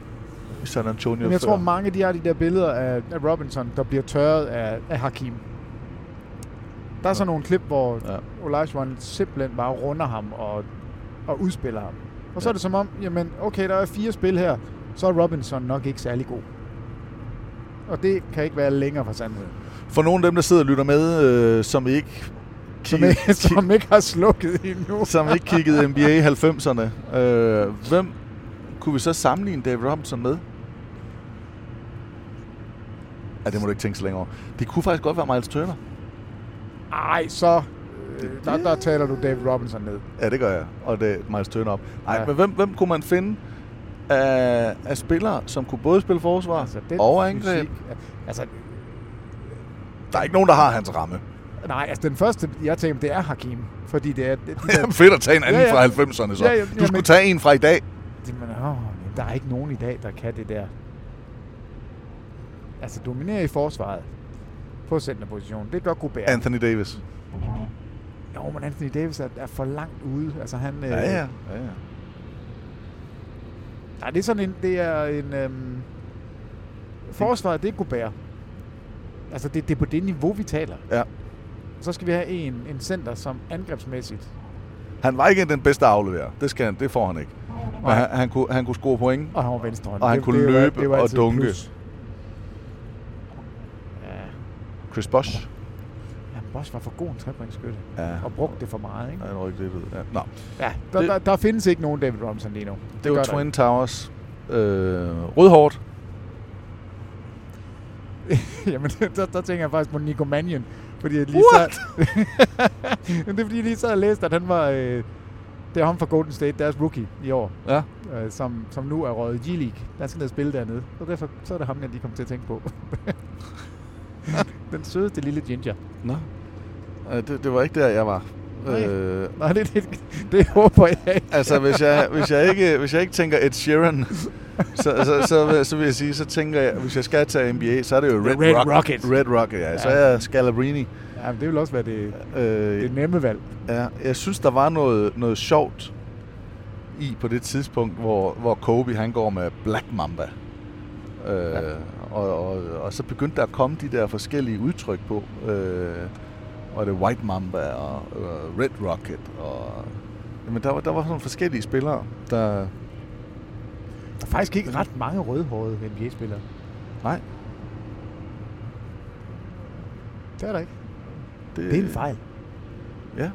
[SPEAKER 5] i San Antonio
[SPEAKER 4] Men jeg
[SPEAKER 5] før.
[SPEAKER 4] tror, mange de har de der billeder af, af Robinson, der bliver tørret af, af Hakim. Der er sådan nogle klip, hvor ja.
[SPEAKER 5] Ja.
[SPEAKER 4] Olajuwon simpelthen bare runder ham og, og udspiller ham. Og så er det som om, jamen okay, der er fire spil her, så er Robinson nok ikke særlig god. Og det kan ikke være længere fra sandheden.
[SPEAKER 5] For nogle af dem, der sidder og lytter med, øh, som ikke...
[SPEAKER 4] Som, ikke, som ikke har slukket endnu.
[SPEAKER 5] som ikke kiggede NBA i 90'erne. Øh, hvem kunne vi så sammenligne David Robinson med? Ja, det må du ikke tænke så længe over. Det kunne faktisk godt være Miles Turner.
[SPEAKER 4] Ej, så... Øh, der, der taler du David Robinson ned.
[SPEAKER 5] Ja, det gør jeg. Og det er Miles Turner op. Nej,
[SPEAKER 4] Ja.
[SPEAKER 5] ja. men hvem, hvem kunne man finde af, af spillere, som kunne både spille forsvar altså,
[SPEAKER 4] den
[SPEAKER 5] og angreb?
[SPEAKER 4] fysik er- Altså,
[SPEAKER 5] Der er ikke nogen, der har hans ramme.
[SPEAKER 4] nej, altså den første, jeg tænkte, det er Hakim. Fordi det er... Det, de der,
[SPEAKER 5] Jamen fedt at tage en anden
[SPEAKER 4] Ja,
[SPEAKER 5] ja,
[SPEAKER 4] ja.
[SPEAKER 5] ja. fra 90'erne så.
[SPEAKER 4] Ja,
[SPEAKER 5] Ja,
[SPEAKER 4] ja,
[SPEAKER 5] ja,
[SPEAKER 4] ja,
[SPEAKER 5] du skulle
[SPEAKER 4] men-
[SPEAKER 5] tage en fra i dag.
[SPEAKER 4] Tænker man, åh, men der er ikke nogen i dag, der kan det der. Altså, dominere i forsvaret på centerpositionen. Det gør Gobert.
[SPEAKER 5] Anthony Davis.
[SPEAKER 4] jo, men Anthony Davis er, er for langt ude. Altså, han... øh,
[SPEAKER 5] ja, ja.
[SPEAKER 4] Nej, det er sådan en... Det er en øhm, forsvaret, det er Gobert. Altså, det, det er på det niveau, vi taler.
[SPEAKER 5] ja.
[SPEAKER 4] Så skal vi have en, en center, som angrebsmæssigt...
[SPEAKER 5] Han var ikke den bedste afleverer. Det, skal han, det får han ikke. Men
[SPEAKER 4] Nej.
[SPEAKER 5] han, han, kunne, han kunne score point.
[SPEAKER 4] Og han var venstrehåndet.
[SPEAKER 5] Og han
[SPEAKER 4] Det-
[SPEAKER 5] kunne
[SPEAKER 4] det var-
[SPEAKER 5] løbe
[SPEAKER 4] det var
[SPEAKER 5] og
[SPEAKER 4] altid et
[SPEAKER 5] dunke.
[SPEAKER 4] plus. Ja,
[SPEAKER 5] Chris Bosch.
[SPEAKER 4] han også var for god en trebringsskytte.
[SPEAKER 5] Ja.
[SPEAKER 4] Og brugte det for meget, ikke?
[SPEAKER 5] Nej, jeg ikke det ved. Ja. Nå.
[SPEAKER 4] Ja, der, det,
[SPEAKER 5] Det-
[SPEAKER 4] der, der findes ikke nogen David Robinson lige nu.
[SPEAKER 5] Det, det var
[SPEAKER 4] gør der
[SPEAKER 5] Twin Towers. Øh, Rødhårdt.
[SPEAKER 4] ikke. Jamen, der, der tænker jeg faktisk på Nico Mannion. Fordi jeg lige What? det er fordi, jeg lige sad og læste, at han var... Øh, det er ham fra Golden State, deres rookie i år,
[SPEAKER 5] Ja.
[SPEAKER 4] øh, som, som nu er røget i G-League. Han skal ned og spille dernede. Og derfor så er det ham, jeg lige kom til at tænke på. Den sødeste lille ginger.
[SPEAKER 5] Nå. Øh, det, det var ikke der, jeg var.
[SPEAKER 4] Nej.
[SPEAKER 5] Øh,
[SPEAKER 4] Nej, det, det, det håber jeg ikke.
[SPEAKER 5] altså, hvis jeg, hvis, jeg ikke, hvis jeg ikke tænker Ed Sheeran, så, så, så, vil- så vil jeg sige, så tænker jeg, hvis jeg skal tage NBA, så er det jo Red,
[SPEAKER 4] Red
[SPEAKER 5] Rock-
[SPEAKER 4] Rocket.
[SPEAKER 5] Red Rocket, ja. ja. Så
[SPEAKER 4] Ja.
[SPEAKER 5] er jeg Scalabrini.
[SPEAKER 4] Jamen, det vil også være det,
[SPEAKER 5] Øh,
[SPEAKER 4] det nemme valg.
[SPEAKER 5] Ja, jeg synes, der var noget, noget sjovt i på det tidspunkt, hvor, hvor Kobe han går med Black Mamba. Øh, ja. og, og, og så begyndte der at komme de der forskellige udtryk på. Øh, og det er White Mamba og, og Red Rocket. Og, jamen, der var, der var sådan nogle forskellige spillere, der,
[SPEAKER 4] Der er faktisk ikke ret mange rødhårede NBA-spillere.
[SPEAKER 5] Nej.
[SPEAKER 4] Det er der ikke. Det, det er en fejl.
[SPEAKER 5] Ja.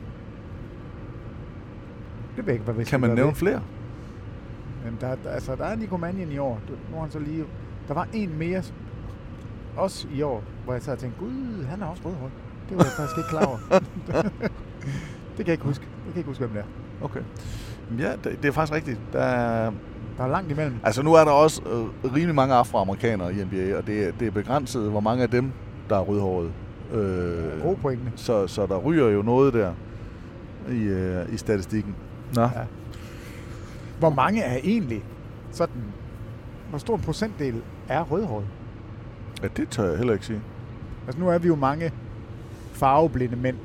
[SPEAKER 4] Det ved jeg ikke, hvad vi
[SPEAKER 5] Kan man
[SPEAKER 4] spiller
[SPEAKER 5] nævne
[SPEAKER 4] ved.
[SPEAKER 5] flere?
[SPEAKER 4] Jamen, der, der, altså, der er Nico Mannion i år. Du- Nu er han så lige... Der var en mere, også i år, hvor jeg sad og tænkte, gud, han er også rødhåret. Det var jeg faktisk ikke klar over. det kan jeg ikke huske. Jeg kan ikke huske, hvem det er.
[SPEAKER 5] Okay. Jamen Ja, det, det er faktisk rigtigt. Der er,
[SPEAKER 4] Der er langt imellem.
[SPEAKER 5] altså nu er der også øh, rimelig mange afroamerikanere i NBA, og det, er- det er begrænset, hvor mange af dem, der er rødhårede. Øh,
[SPEAKER 4] Gode pointene.
[SPEAKER 5] så, så der ryger jo noget der i, øh, i statistikken. Nå. Ja.
[SPEAKER 4] Hvor mange er egentlig sådan... Hvor stor en procentdel er rødhåret?
[SPEAKER 5] ja, det tør jeg heller ikke sige.
[SPEAKER 4] Altså, nu er vi jo mange farveblinde mænd.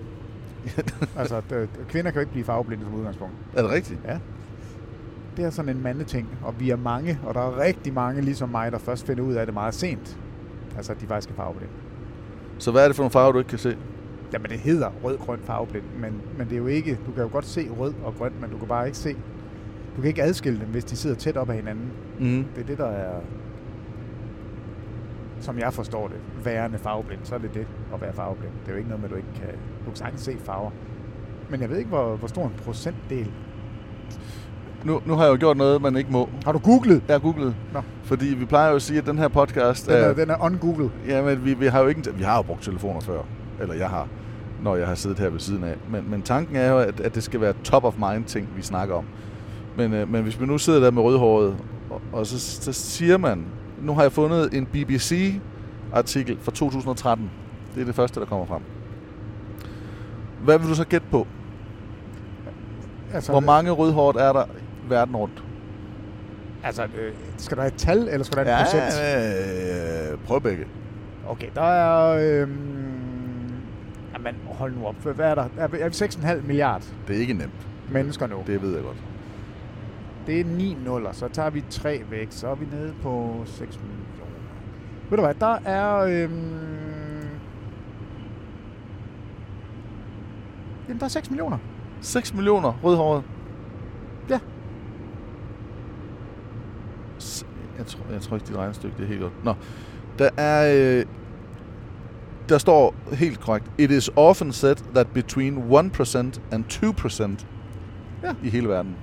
[SPEAKER 4] altså, d- d- kvinder kan jo ikke blive farveblinde som udgangspunkt.
[SPEAKER 5] Er det rigtigt?
[SPEAKER 4] Ja. Det er sådan en mandeting, og vi er mange, og der er rigtig mange, ligesom mig, der først finder ud af det meget sent. Altså, at de faktisk er farveblinde.
[SPEAKER 5] Så hvad er det for nogle farver, du ikke kan se?
[SPEAKER 4] Jamen, det hedder rød-grøn farveblind, men, men det er jo ikke... Du kan jo godt se rød og grøn, men du kan bare ikke se... Du kan ikke adskille dem, hvis de sidder tæt op ad hinanden.
[SPEAKER 5] Mm.
[SPEAKER 4] Det er det, der er, som jeg forstår det, værende farveblind. Så er det det at være farveblind. Det er jo ikke noget med, at du ikke kan, du kan sagtens se farver. Men jeg ved ikke, hvor, hvor stor en procentdel.
[SPEAKER 5] Nu, nu har jeg jo gjort noget, man ikke må.
[SPEAKER 4] Har du googlet?
[SPEAKER 5] Jeg har googlet.
[SPEAKER 4] Nå.
[SPEAKER 5] Fordi vi plejer jo at sige, at den her podcast...
[SPEAKER 4] Den er,
[SPEAKER 5] er-
[SPEAKER 4] den er on-googlet.
[SPEAKER 5] Jamen, vi, vi har jo ikke... en te- Vi har jo brugt telefoner før. Eller jeg har, når jeg har siddet her ved siden af. Men, men tanken er jo, at, at det skal være top of mind ting, vi snakker om. Men, øh, men hvis vi nu sidder der med rødhåret, og, og så, så siger man... Nu har jeg fundet en BBC-artikel fra 2013. Det er det første, der kommer frem. Hvad vil du så gætte på?
[SPEAKER 4] Altså,
[SPEAKER 5] Hvor mange rødhåret er der verden rundt?
[SPEAKER 4] Altså, øh, skal der et tal, eller skal der en procent?
[SPEAKER 5] øh, prøv begge.
[SPEAKER 4] Okay, der er... Øh, jamen, hold nu op. Hvad er der? Er vi er vi 6,5 milliard
[SPEAKER 5] Det er ikke nemt.
[SPEAKER 4] mennesker nu?
[SPEAKER 5] Det ved jeg godt.
[SPEAKER 4] Det er 9 nuller, så tager vi 3 væk, så er vi nede på 6 millioner. Ved du hvad, der er... Øhm... Jamen, der er 6 millioner.
[SPEAKER 5] 6 millioner rødhåret.
[SPEAKER 4] Ja.
[SPEAKER 5] S- Jeg tror, jeg tror ikke, dit regnestykke det er helt godt. Nå. Der er... Øh, der står helt korrekt. It is often said that between 1% and 2%
[SPEAKER 4] Ja.
[SPEAKER 5] i hele verden.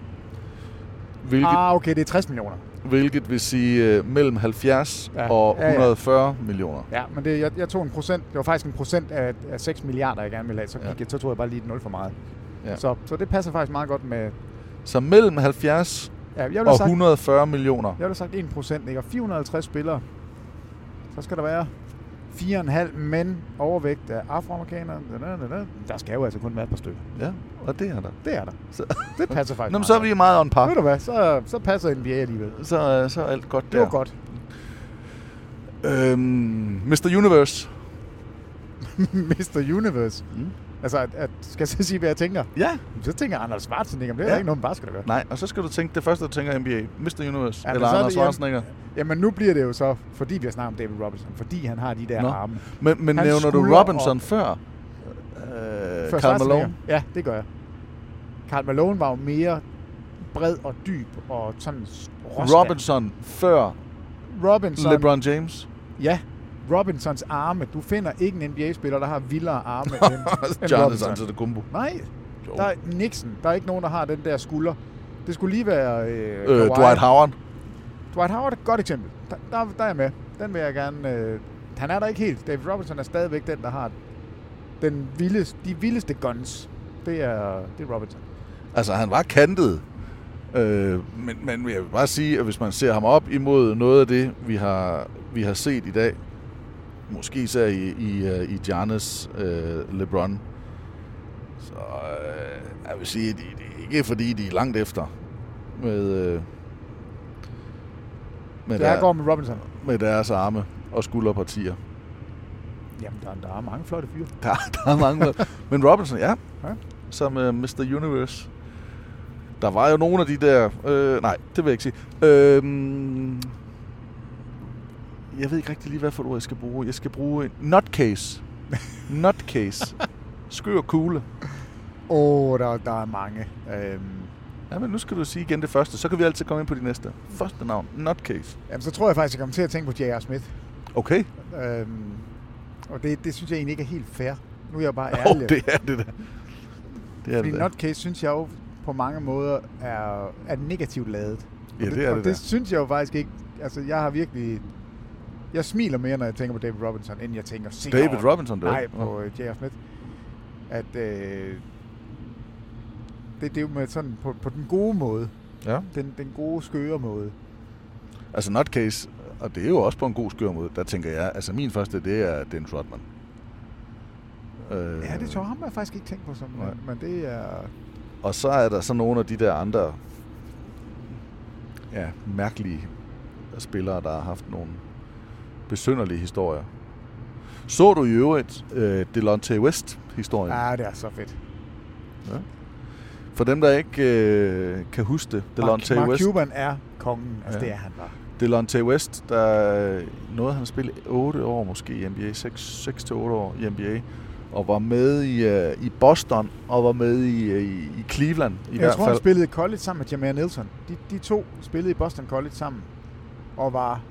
[SPEAKER 5] Hvilket, ah.
[SPEAKER 4] Ah, okay, det er 60 millioner.
[SPEAKER 5] hvilket vil sige øh, mellem 70
[SPEAKER 4] Ja.
[SPEAKER 5] ja. og
[SPEAKER 4] Ja, ja.
[SPEAKER 5] 140 millioner.
[SPEAKER 4] Ja, men det, jeg, jeg tog en procent. Det var faktisk en procent af, af 6 milliarder, jeg gerne ville have. Så,
[SPEAKER 5] Ja.
[SPEAKER 4] ja. jeg, så tog jeg bare lige et 0 for meget.
[SPEAKER 5] Ja.
[SPEAKER 4] Ja. Så, så det passer faktisk meget godt med...
[SPEAKER 5] Så mellem 70
[SPEAKER 4] Ja, jeg ville
[SPEAKER 5] og
[SPEAKER 4] have sagt,
[SPEAKER 5] 140 millioner.
[SPEAKER 4] jeg ville have sagt 1 procent, ikke? Og 450 spillere. Så skal der være 4,5 mænd overvægt af afroamerikanere. Da, da, da, da. Der skal jo altså kun være et par stykker.
[SPEAKER 5] Ja, og det er der.
[SPEAKER 4] Det er der.
[SPEAKER 5] Så,
[SPEAKER 4] Det passer faktisk
[SPEAKER 5] Nå, men
[SPEAKER 4] meget
[SPEAKER 5] så er vi meget on par.
[SPEAKER 4] Ved du hvad, så, så passer NBA alligevel. Det
[SPEAKER 5] så, øh, så er alt godt der.
[SPEAKER 4] var godt.
[SPEAKER 5] Øhm, Mr. Universe.
[SPEAKER 4] Mr. Universe. Mm. Altså, at, at, skal jeg så sige, hvad jeg tænker?
[SPEAKER 5] Ja.
[SPEAKER 4] Så tænker jeg, Arnold Schwarzenegger, men det er
[SPEAKER 5] Ja.
[SPEAKER 4] ja. ikke noget, man bare skal da gøre.
[SPEAKER 5] Nej, og så skal du tænke, det første, du tænker NBA. Mr. Universe. Ja,
[SPEAKER 4] men
[SPEAKER 5] eller
[SPEAKER 4] så er
[SPEAKER 5] Anders
[SPEAKER 4] det hjem-
[SPEAKER 5] Schwarzenegger.
[SPEAKER 4] Jamen, nu bliver det jo så, fordi vi har snakket om David Robinson, fordi han har de der
[SPEAKER 5] Nå.
[SPEAKER 4] arme.
[SPEAKER 5] Men, men
[SPEAKER 4] Han
[SPEAKER 5] nævner du
[SPEAKER 4] skuldrer
[SPEAKER 5] Robinson
[SPEAKER 4] op.
[SPEAKER 5] før? Øh, Karl Malone?
[SPEAKER 4] Schwarzenegger. Ja, det gør jeg. Karl Malone var jo mere bred og dyb og sådan råstand.
[SPEAKER 5] Robinson før
[SPEAKER 4] Robinson.
[SPEAKER 5] LeBron James?
[SPEAKER 4] Ja, Robinsons arme. Du finder ikke en NBA-spiller, der har vildere arme end, end
[SPEAKER 5] Jonathan
[SPEAKER 4] Robinson.
[SPEAKER 5] Antetokounmpo.
[SPEAKER 4] Nej.
[SPEAKER 5] Jo.
[SPEAKER 4] Der er Nixon. Der er ikke nogen, der har den der skulder. Det skulle lige være øh,
[SPEAKER 5] Øh,
[SPEAKER 4] Kawhi.
[SPEAKER 5] Dwight Howard.
[SPEAKER 4] Dwight Howard er et godt eksempel. Der, der, der er jeg med. Den vil jeg gerne... Øh, han er der ikke helt. David Robertson er stadigvæk den, der har den vildeste, de vildeste guns. Det er, det er Robertson.
[SPEAKER 5] Altså, han var kantet. Øh, men, men jeg vil bare sige, at hvis man ser ham op imod noget af det, vi har, vi har set i dag, måske især i, i, øh, i Giannis øh, LeBron, så øh, jeg vil sige, at de, de, ikke fordi de er langt efter med, øh, med,
[SPEAKER 4] Det her går
[SPEAKER 5] der,
[SPEAKER 4] med Robinson.
[SPEAKER 5] med deres arme og skulderpartier.
[SPEAKER 4] Jamen, der, der er mange flotte fyre.
[SPEAKER 5] Der, der er mange. med. Men Robinson, ja.
[SPEAKER 4] Ja.
[SPEAKER 5] Som uh, Mr. Universe. Der var jo nogle af de der... Øh, nej, det vil jeg ikke sige. Øh, jeg ved ikke rigtig lige, hvad for et ord jeg skal bruge. Jeg skal bruge en nutcase. nutcase. Skør kugle.
[SPEAKER 4] Åh, oh, der, der er mange. Øhm,
[SPEAKER 5] Ja, men nu skal du sige igen det første, så kan vi altid komme ind på de næste. Første navn, Nutcase.
[SPEAKER 4] Jamen, så tror jeg faktisk, jeg kommer til at tænke på J.R. Smith.
[SPEAKER 5] Okay.
[SPEAKER 4] Øhm, og det, det synes jeg egentlig ikke er helt fair. Nu er jeg bare
[SPEAKER 5] Åh,
[SPEAKER 4] ærlig.
[SPEAKER 5] oh, det er det der. Det er
[SPEAKER 4] Fordi
[SPEAKER 5] det der.
[SPEAKER 4] nutcase, synes jeg jo på mange måder er, er negativt ladet. Og
[SPEAKER 5] Ja, det er
[SPEAKER 4] og
[SPEAKER 5] det
[SPEAKER 4] det,
[SPEAKER 5] der.
[SPEAKER 4] synes jeg jo faktisk ikke... Altså, jeg har virkelig... Jeg smiler mere, når jeg tænker på David Robinson, end jeg tænker... sikkert-
[SPEAKER 5] David Robinson, det er
[SPEAKER 4] Nej,
[SPEAKER 5] ikke?
[SPEAKER 4] på øh, J.R. Smith. At... Øh, det, det er jo med sådan på, på den gode måde.
[SPEAKER 5] Ja.
[SPEAKER 4] Den, den gode, skøre måde.
[SPEAKER 5] Altså Nutcase, og det er jo også på en god skør måde, der tænker jeg, altså min første, det er Dennis Rodman. Øh,
[SPEAKER 4] Ja, det tror jeg, ham har jeg faktisk ikke tænkt på som,
[SPEAKER 5] Nej.
[SPEAKER 4] men, men det er...
[SPEAKER 5] Og så er der så nogle af de der andre ja, mærkelige spillere, der har haft nogle besynderlige historier. Så du i øvrigt øh, Delonte West-historien?
[SPEAKER 4] Ja, ah, det er så fedt.
[SPEAKER 5] Ja. For dem, der ikke øh, kan huske det, Delonte
[SPEAKER 4] Mark, Mark
[SPEAKER 5] West.
[SPEAKER 4] Cuban er kongen. Altså,
[SPEAKER 5] Ja.
[SPEAKER 4] ja. det er han bare.
[SPEAKER 5] Delonte West, der øh, nåede han at spille 8 år måske i NBA, 6-8 år i NBA, og var med i, øh, i Boston, og var med i, øh, i, i Cleveland i
[SPEAKER 4] I jeg
[SPEAKER 5] hvert
[SPEAKER 4] tror,
[SPEAKER 5] fald.
[SPEAKER 4] han spillede i college sammen med Jameer Nelson. De, de to spillede i Boston College sammen, og var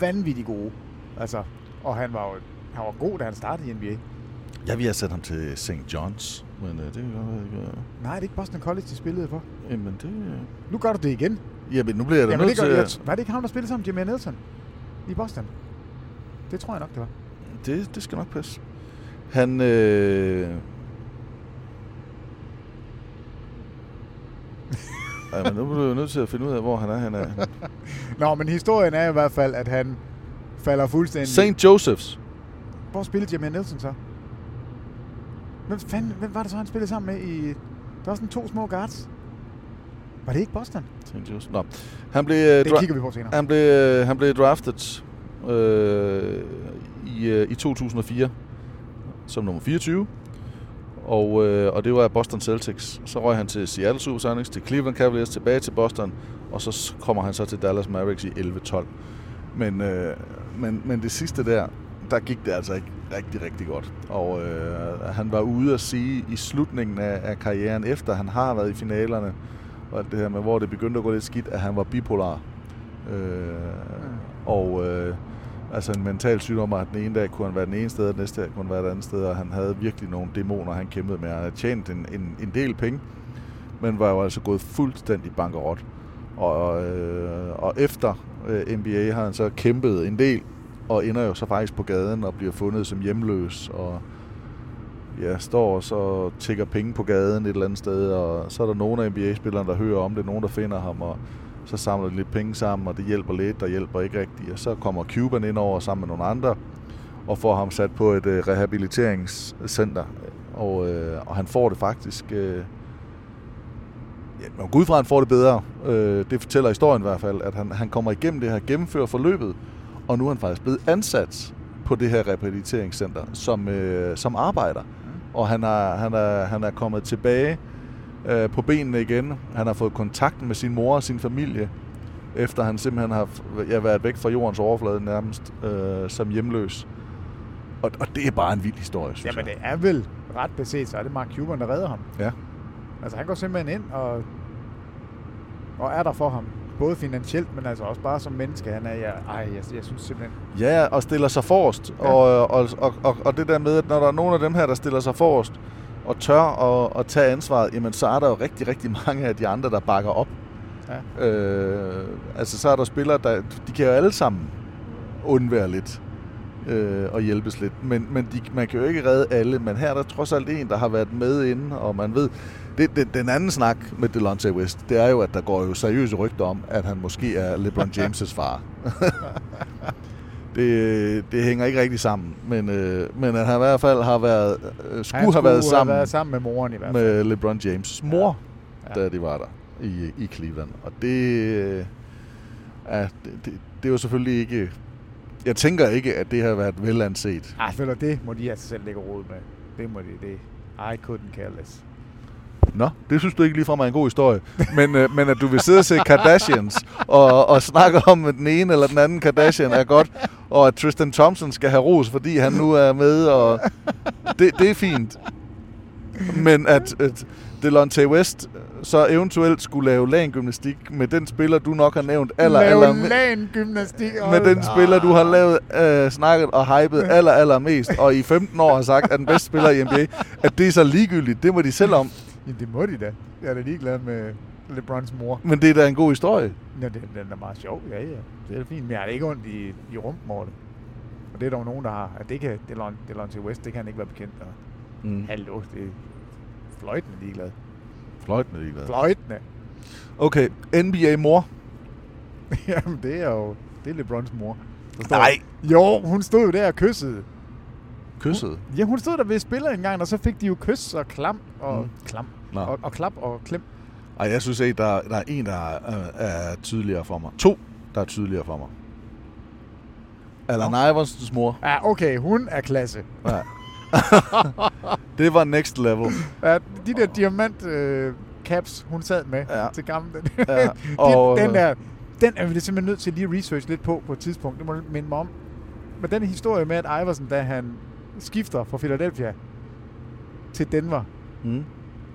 [SPEAKER 4] vanvittigt gode. Altså, og han var jo han var god, da han startede i NBA.
[SPEAKER 5] Jeg ville have sat ham til St. John's, men øh, det kan godt være, ikke. øh.
[SPEAKER 4] Nej, det er ikke Boston College, de spillede for.
[SPEAKER 5] Jamen, det... øh.
[SPEAKER 4] Nu gør du det igen.
[SPEAKER 5] Jamen, nu bliver jeg da
[SPEAKER 4] Jamen,
[SPEAKER 5] nødt
[SPEAKER 4] det
[SPEAKER 5] til...
[SPEAKER 4] gør, jeg, var det ikke ham, der spillede sammen med Jameer Nelson i Boston? Det tror jeg nok, det var.
[SPEAKER 5] Det, det skal nok passe. Han... Øh... Ej, men nu bliver jeg nødt til at finde ud af, hvor han er. Han er.
[SPEAKER 4] Nå, men historien er i hvert fald, at han falder fuldstændig...
[SPEAKER 5] St. Joseph's.
[SPEAKER 4] Hvor spillede Jameer Nelson så? Hvem, fanden, hvem var det så, han spillede sammen med i... Der var sådan to små guards. Var det ikke Boston?
[SPEAKER 5] St. Joseph's. Nå. Han blev, øh,
[SPEAKER 4] Det
[SPEAKER 5] dra-
[SPEAKER 4] kigger vi på senere.
[SPEAKER 5] Han blev, øh, han blev draftet øh, i, øh, i 2004 som nummer 24. Og, øh, og det var af Boston Celtics. Så røg han til Seattle Supersonics, til Cleveland Cavaliers, tilbage til Boston, og så s- kommer han så til Dallas Mavericks i 11-12. Men, øh, men, men det sidste der, der gik det altså ikke rigtig, rigtig godt. Og øh, han var ude at sige i slutningen af, af karrieren, efter han har været i finalerne, og alt det her med, hvor det begyndte at gå lidt skidt, at han var bipolar. Øh, og øh, altså en mental sygdom, og at den ene dag kunne han være den ene sted, og den næste dag kunne han være et andet sted, og han havde virkelig nogle dæmoner, han kæmpede med, og han havde tjent en, en, en del penge, men var jo altså gået fuldstændig bankerot. Og, øh, og efter øh, NBA har han så kæmpet en del, og ender jo så faktisk på gaden og bliver fundet som hjemløs, og ja, står og så tigger penge på gaden et eller andet sted, og så er der nogle af NBA-spillerne, der hører om det, nogen, der finder ham, og så samler de lidt penge sammen, og det hjælper lidt, der hjælper ikke rigtigt, og så kommer Cuban ind over sammen med nogle andre, og får ham sat på et øh, rehabiliteringscenter, og, øh, og han får det faktisk... Øh, ja, man går ud fra, at han får det bedre. Øh, det fortæller historien i hvert fald, at han, han kommer igennem det her, gennemfører forløbet, og nu er han faktisk blevet ansat på det her rehabiliteringscenter som, øh, som arbejder.
[SPEAKER 4] Mm.
[SPEAKER 5] Og han er, han er, han er kommet tilbage øh, på benene igen. Han har fået kontakt med sin mor og sin familie, efter han simpelthen har f- ja, været væk fra jordens overflade nærmest øh, som hjemløs. Og, og det er bare en vild historie, synes
[SPEAKER 4] Jamen,
[SPEAKER 5] jeg.
[SPEAKER 4] det er vel ret beset, så er det Mark Cuban, der redder ham.
[SPEAKER 5] Ja.
[SPEAKER 4] Altså, han går simpelthen ind og, og er der for ham. Både finansielt, men altså også bare som menneske. Han er, ja, ej, jeg, jeg synes simpelthen...
[SPEAKER 5] Ja, og stiller sig forrest. Ja. Og, øh, og, og, og, og det der med, at når der er nogen af dem her, der stiller sig forrest og tør at, at tage ansvaret, jamen så er der jo rigtig, rigtig mange af de andre, der bakker op. Ja. Øh, altså så er der spillere, der, de kan jo alle sammen undvære lidt øh, og hjælpes lidt. Men, men de, man kan jo ikke redde alle, men her er der trods alt en, der har været med inde, og man ved... Det, det, den anden snak med Delonte West, det er jo, at der går jo seriøse rygter om, at han måske er LeBron James' far. det, det hænger ikke rigtig sammen, men, øh, men at han i hvert fald har været, øh, skulle,
[SPEAKER 4] han
[SPEAKER 5] skulle have været sammen,
[SPEAKER 4] Have været sammen med moren i hvert fald.
[SPEAKER 5] med LeBron James' mor, ja. da de var der i, i Cleveland. Og det, øh, er, det, det, det er jo selvfølgelig ikke... Jeg tænker ikke, at det har været velanset.
[SPEAKER 4] Ej, føler det må de altså selv lægge råd med. Det må de, det. I couldn't care less.
[SPEAKER 5] Nå, det synes du ikke ligefrem er en god historie. Men, øh, men at du vil sidde og se Kardashians og, og snakke om, at den ene eller den anden Kardashian er godt, og at Tristan Thompson skal have ros, fordi han nu er med, og det, det er fint. Men at, at Delonte West så eventuelt skulle lave laengymnastik med den spiller, du nok har nævnt aller, aller
[SPEAKER 4] Lave
[SPEAKER 5] me-
[SPEAKER 4] lan-gymnastik.
[SPEAKER 5] med den spiller, du har lavet, øh, snakket og hypet aller, aller mest, og i 15 år har sagt, er den bedste spiller i NBA, at det er så ligegyldigt, det må de selv om.
[SPEAKER 4] Jamen, det må de da. Jeg er da ligeglad med LeBrons mor.
[SPEAKER 5] Men det er da en god historie.
[SPEAKER 4] Nå, det, den er meget sjov, ja, ja. Det er da fint, men jeg har da ikke ondt i, i rumpen over det. Og det er der jo nogen, der har. At det kan Delon, Delonte West, det kan han ikke være bekendt. Og
[SPEAKER 5] Mm.
[SPEAKER 4] hallo, det er fløjtende ligeglad.
[SPEAKER 5] Fløjtende ligeglad.
[SPEAKER 4] Fløjtende!
[SPEAKER 5] Okay, NBA-mor.
[SPEAKER 4] Jamen, det er jo... Det er LeBrons mor. Der står-
[SPEAKER 5] Nej.
[SPEAKER 4] Jo, hun stod jo der og kyssede.
[SPEAKER 5] Kysset.
[SPEAKER 4] Ja, hun stod der ved spilleren engang, og så fik de jo kys og klam og... Mm. Klam.
[SPEAKER 5] Nå.
[SPEAKER 4] Og, og, klap og klem.
[SPEAKER 5] Ej, jeg synes ikke, der, der er en, der er, øh, er tydeligere for mig. To, der er tydeligere for mig. Allan Iversens mor.
[SPEAKER 4] Ja, okay, hun er klasse.
[SPEAKER 5] Ja. det var next level.
[SPEAKER 4] Ja, de der diamant øh, caps, hun sad med
[SPEAKER 5] Ja.
[SPEAKER 4] ja. til gamle.
[SPEAKER 5] Ja,
[SPEAKER 4] Ja.
[SPEAKER 5] og- øh,
[SPEAKER 4] og... den, der, den er vi simpelthen nødt til lige at researche lidt på på et tidspunkt. Det må jeg minde mig om. Men den historie med, at Iversen, da han skifter fra Philadelphia til Denver,
[SPEAKER 5] Mm.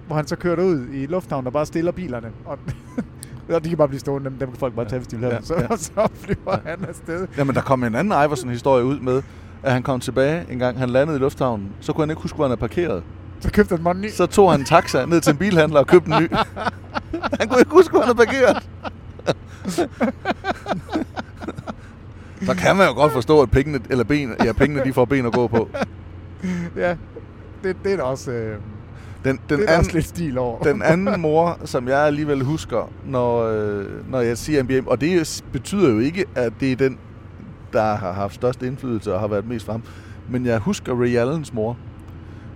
[SPEAKER 4] hvor han så kører ud i lufthavnen og bare stiller bilerne. Og, og de kan bare blive stående, dem, dem kan folk bare tage, hvis de vil have
[SPEAKER 5] Ja,
[SPEAKER 4] ja, dem. Så,
[SPEAKER 5] ja.
[SPEAKER 4] ja. så flyver ja. han afsted.
[SPEAKER 5] Jamen, der kom en anden Iversen-historie ud med, at han kom tilbage en gang, han landede i lufthavnen. Så kunne han ikke huske, hvor han havde parkeret.
[SPEAKER 4] Så købte han mig en ny.
[SPEAKER 5] Så tog han en taxa ned til en bilhandler og købte en ny. han kunne ikke huske, hvor han havde parkeret. Så kan man jo godt forstå, at pengene, eller ben, ja, pengene de får ben at gå på.
[SPEAKER 4] Ja, det, det er da også, øh,
[SPEAKER 5] Den,
[SPEAKER 4] det
[SPEAKER 5] den,
[SPEAKER 4] er da også
[SPEAKER 5] anden,
[SPEAKER 4] lidt stil over.
[SPEAKER 5] den anden mor, som jeg alligevel husker, når, øh, når jeg siger MBM, og det s- betyder jo ikke, at det er den, der har haft størst indflydelse og har været mest frem, men jeg husker Ray Allens mor.